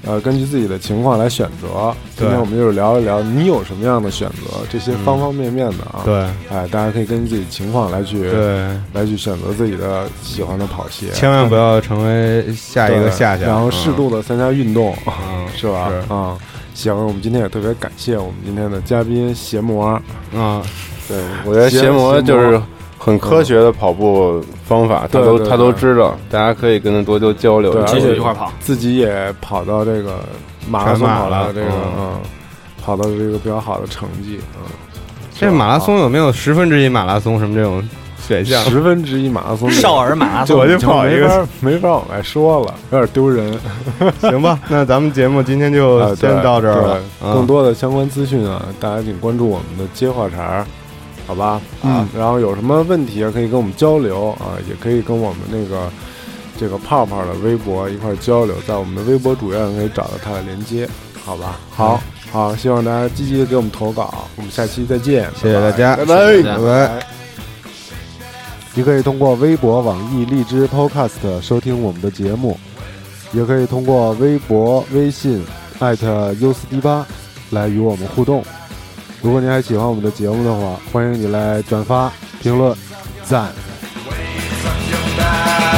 呃根据自己的情况来选择。今对嗯天我们就是聊一聊你有什么样的选择，这些方方面面的啊。，对哎，大家可以根据自己情况来去对，来去选择自己的喜欢的跑鞋，千万不要成为下对一个夏夏。然后适度的参加运动，嗯，嗯是吧？啊、是行，我们今天也特别感谢我们今天的嘉宾邪魔，啊，对我觉得邪邪魔魔就是很科学的跑步方法，他嗯对都对他都对知道，大家可以跟他多多交流对一下。而继且续一块儿跑。自己也跑到这个马拉松全马跑到了这个嗯嗯跑到这个比较好的成绩，嗯，这马拉松有没有十分之一马拉松什么这种选项？十分之一马拉松，少儿马拉松我就就跑一没个，法没法往外说了，有点丢人。行吧？那咱们节目今天就啊，先到这儿了对。呃嗯更多的相关资讯啊，大家请关注我们的接话茬儿，好吧？嗯啊，然后有什么问题啊，可以跟我们交流啊，也可以跟我们那个这个泡泡的微博一块儿交流，在我们的微博主页上可以找到它的连接，好吧？嗯好，好，希望大家积极的给我们投稿，我们下期再见，谢谢大家，拜拜拜拜拜。你可以通过微博、网易、荔枝 Podcast 收听我们的节目，也可以通过微博、微信艾特 U 四 D 八来与我们互动。如果您还喜欢我们的节目的话，欢迎你来转发、评论、赞。 Waves on your back.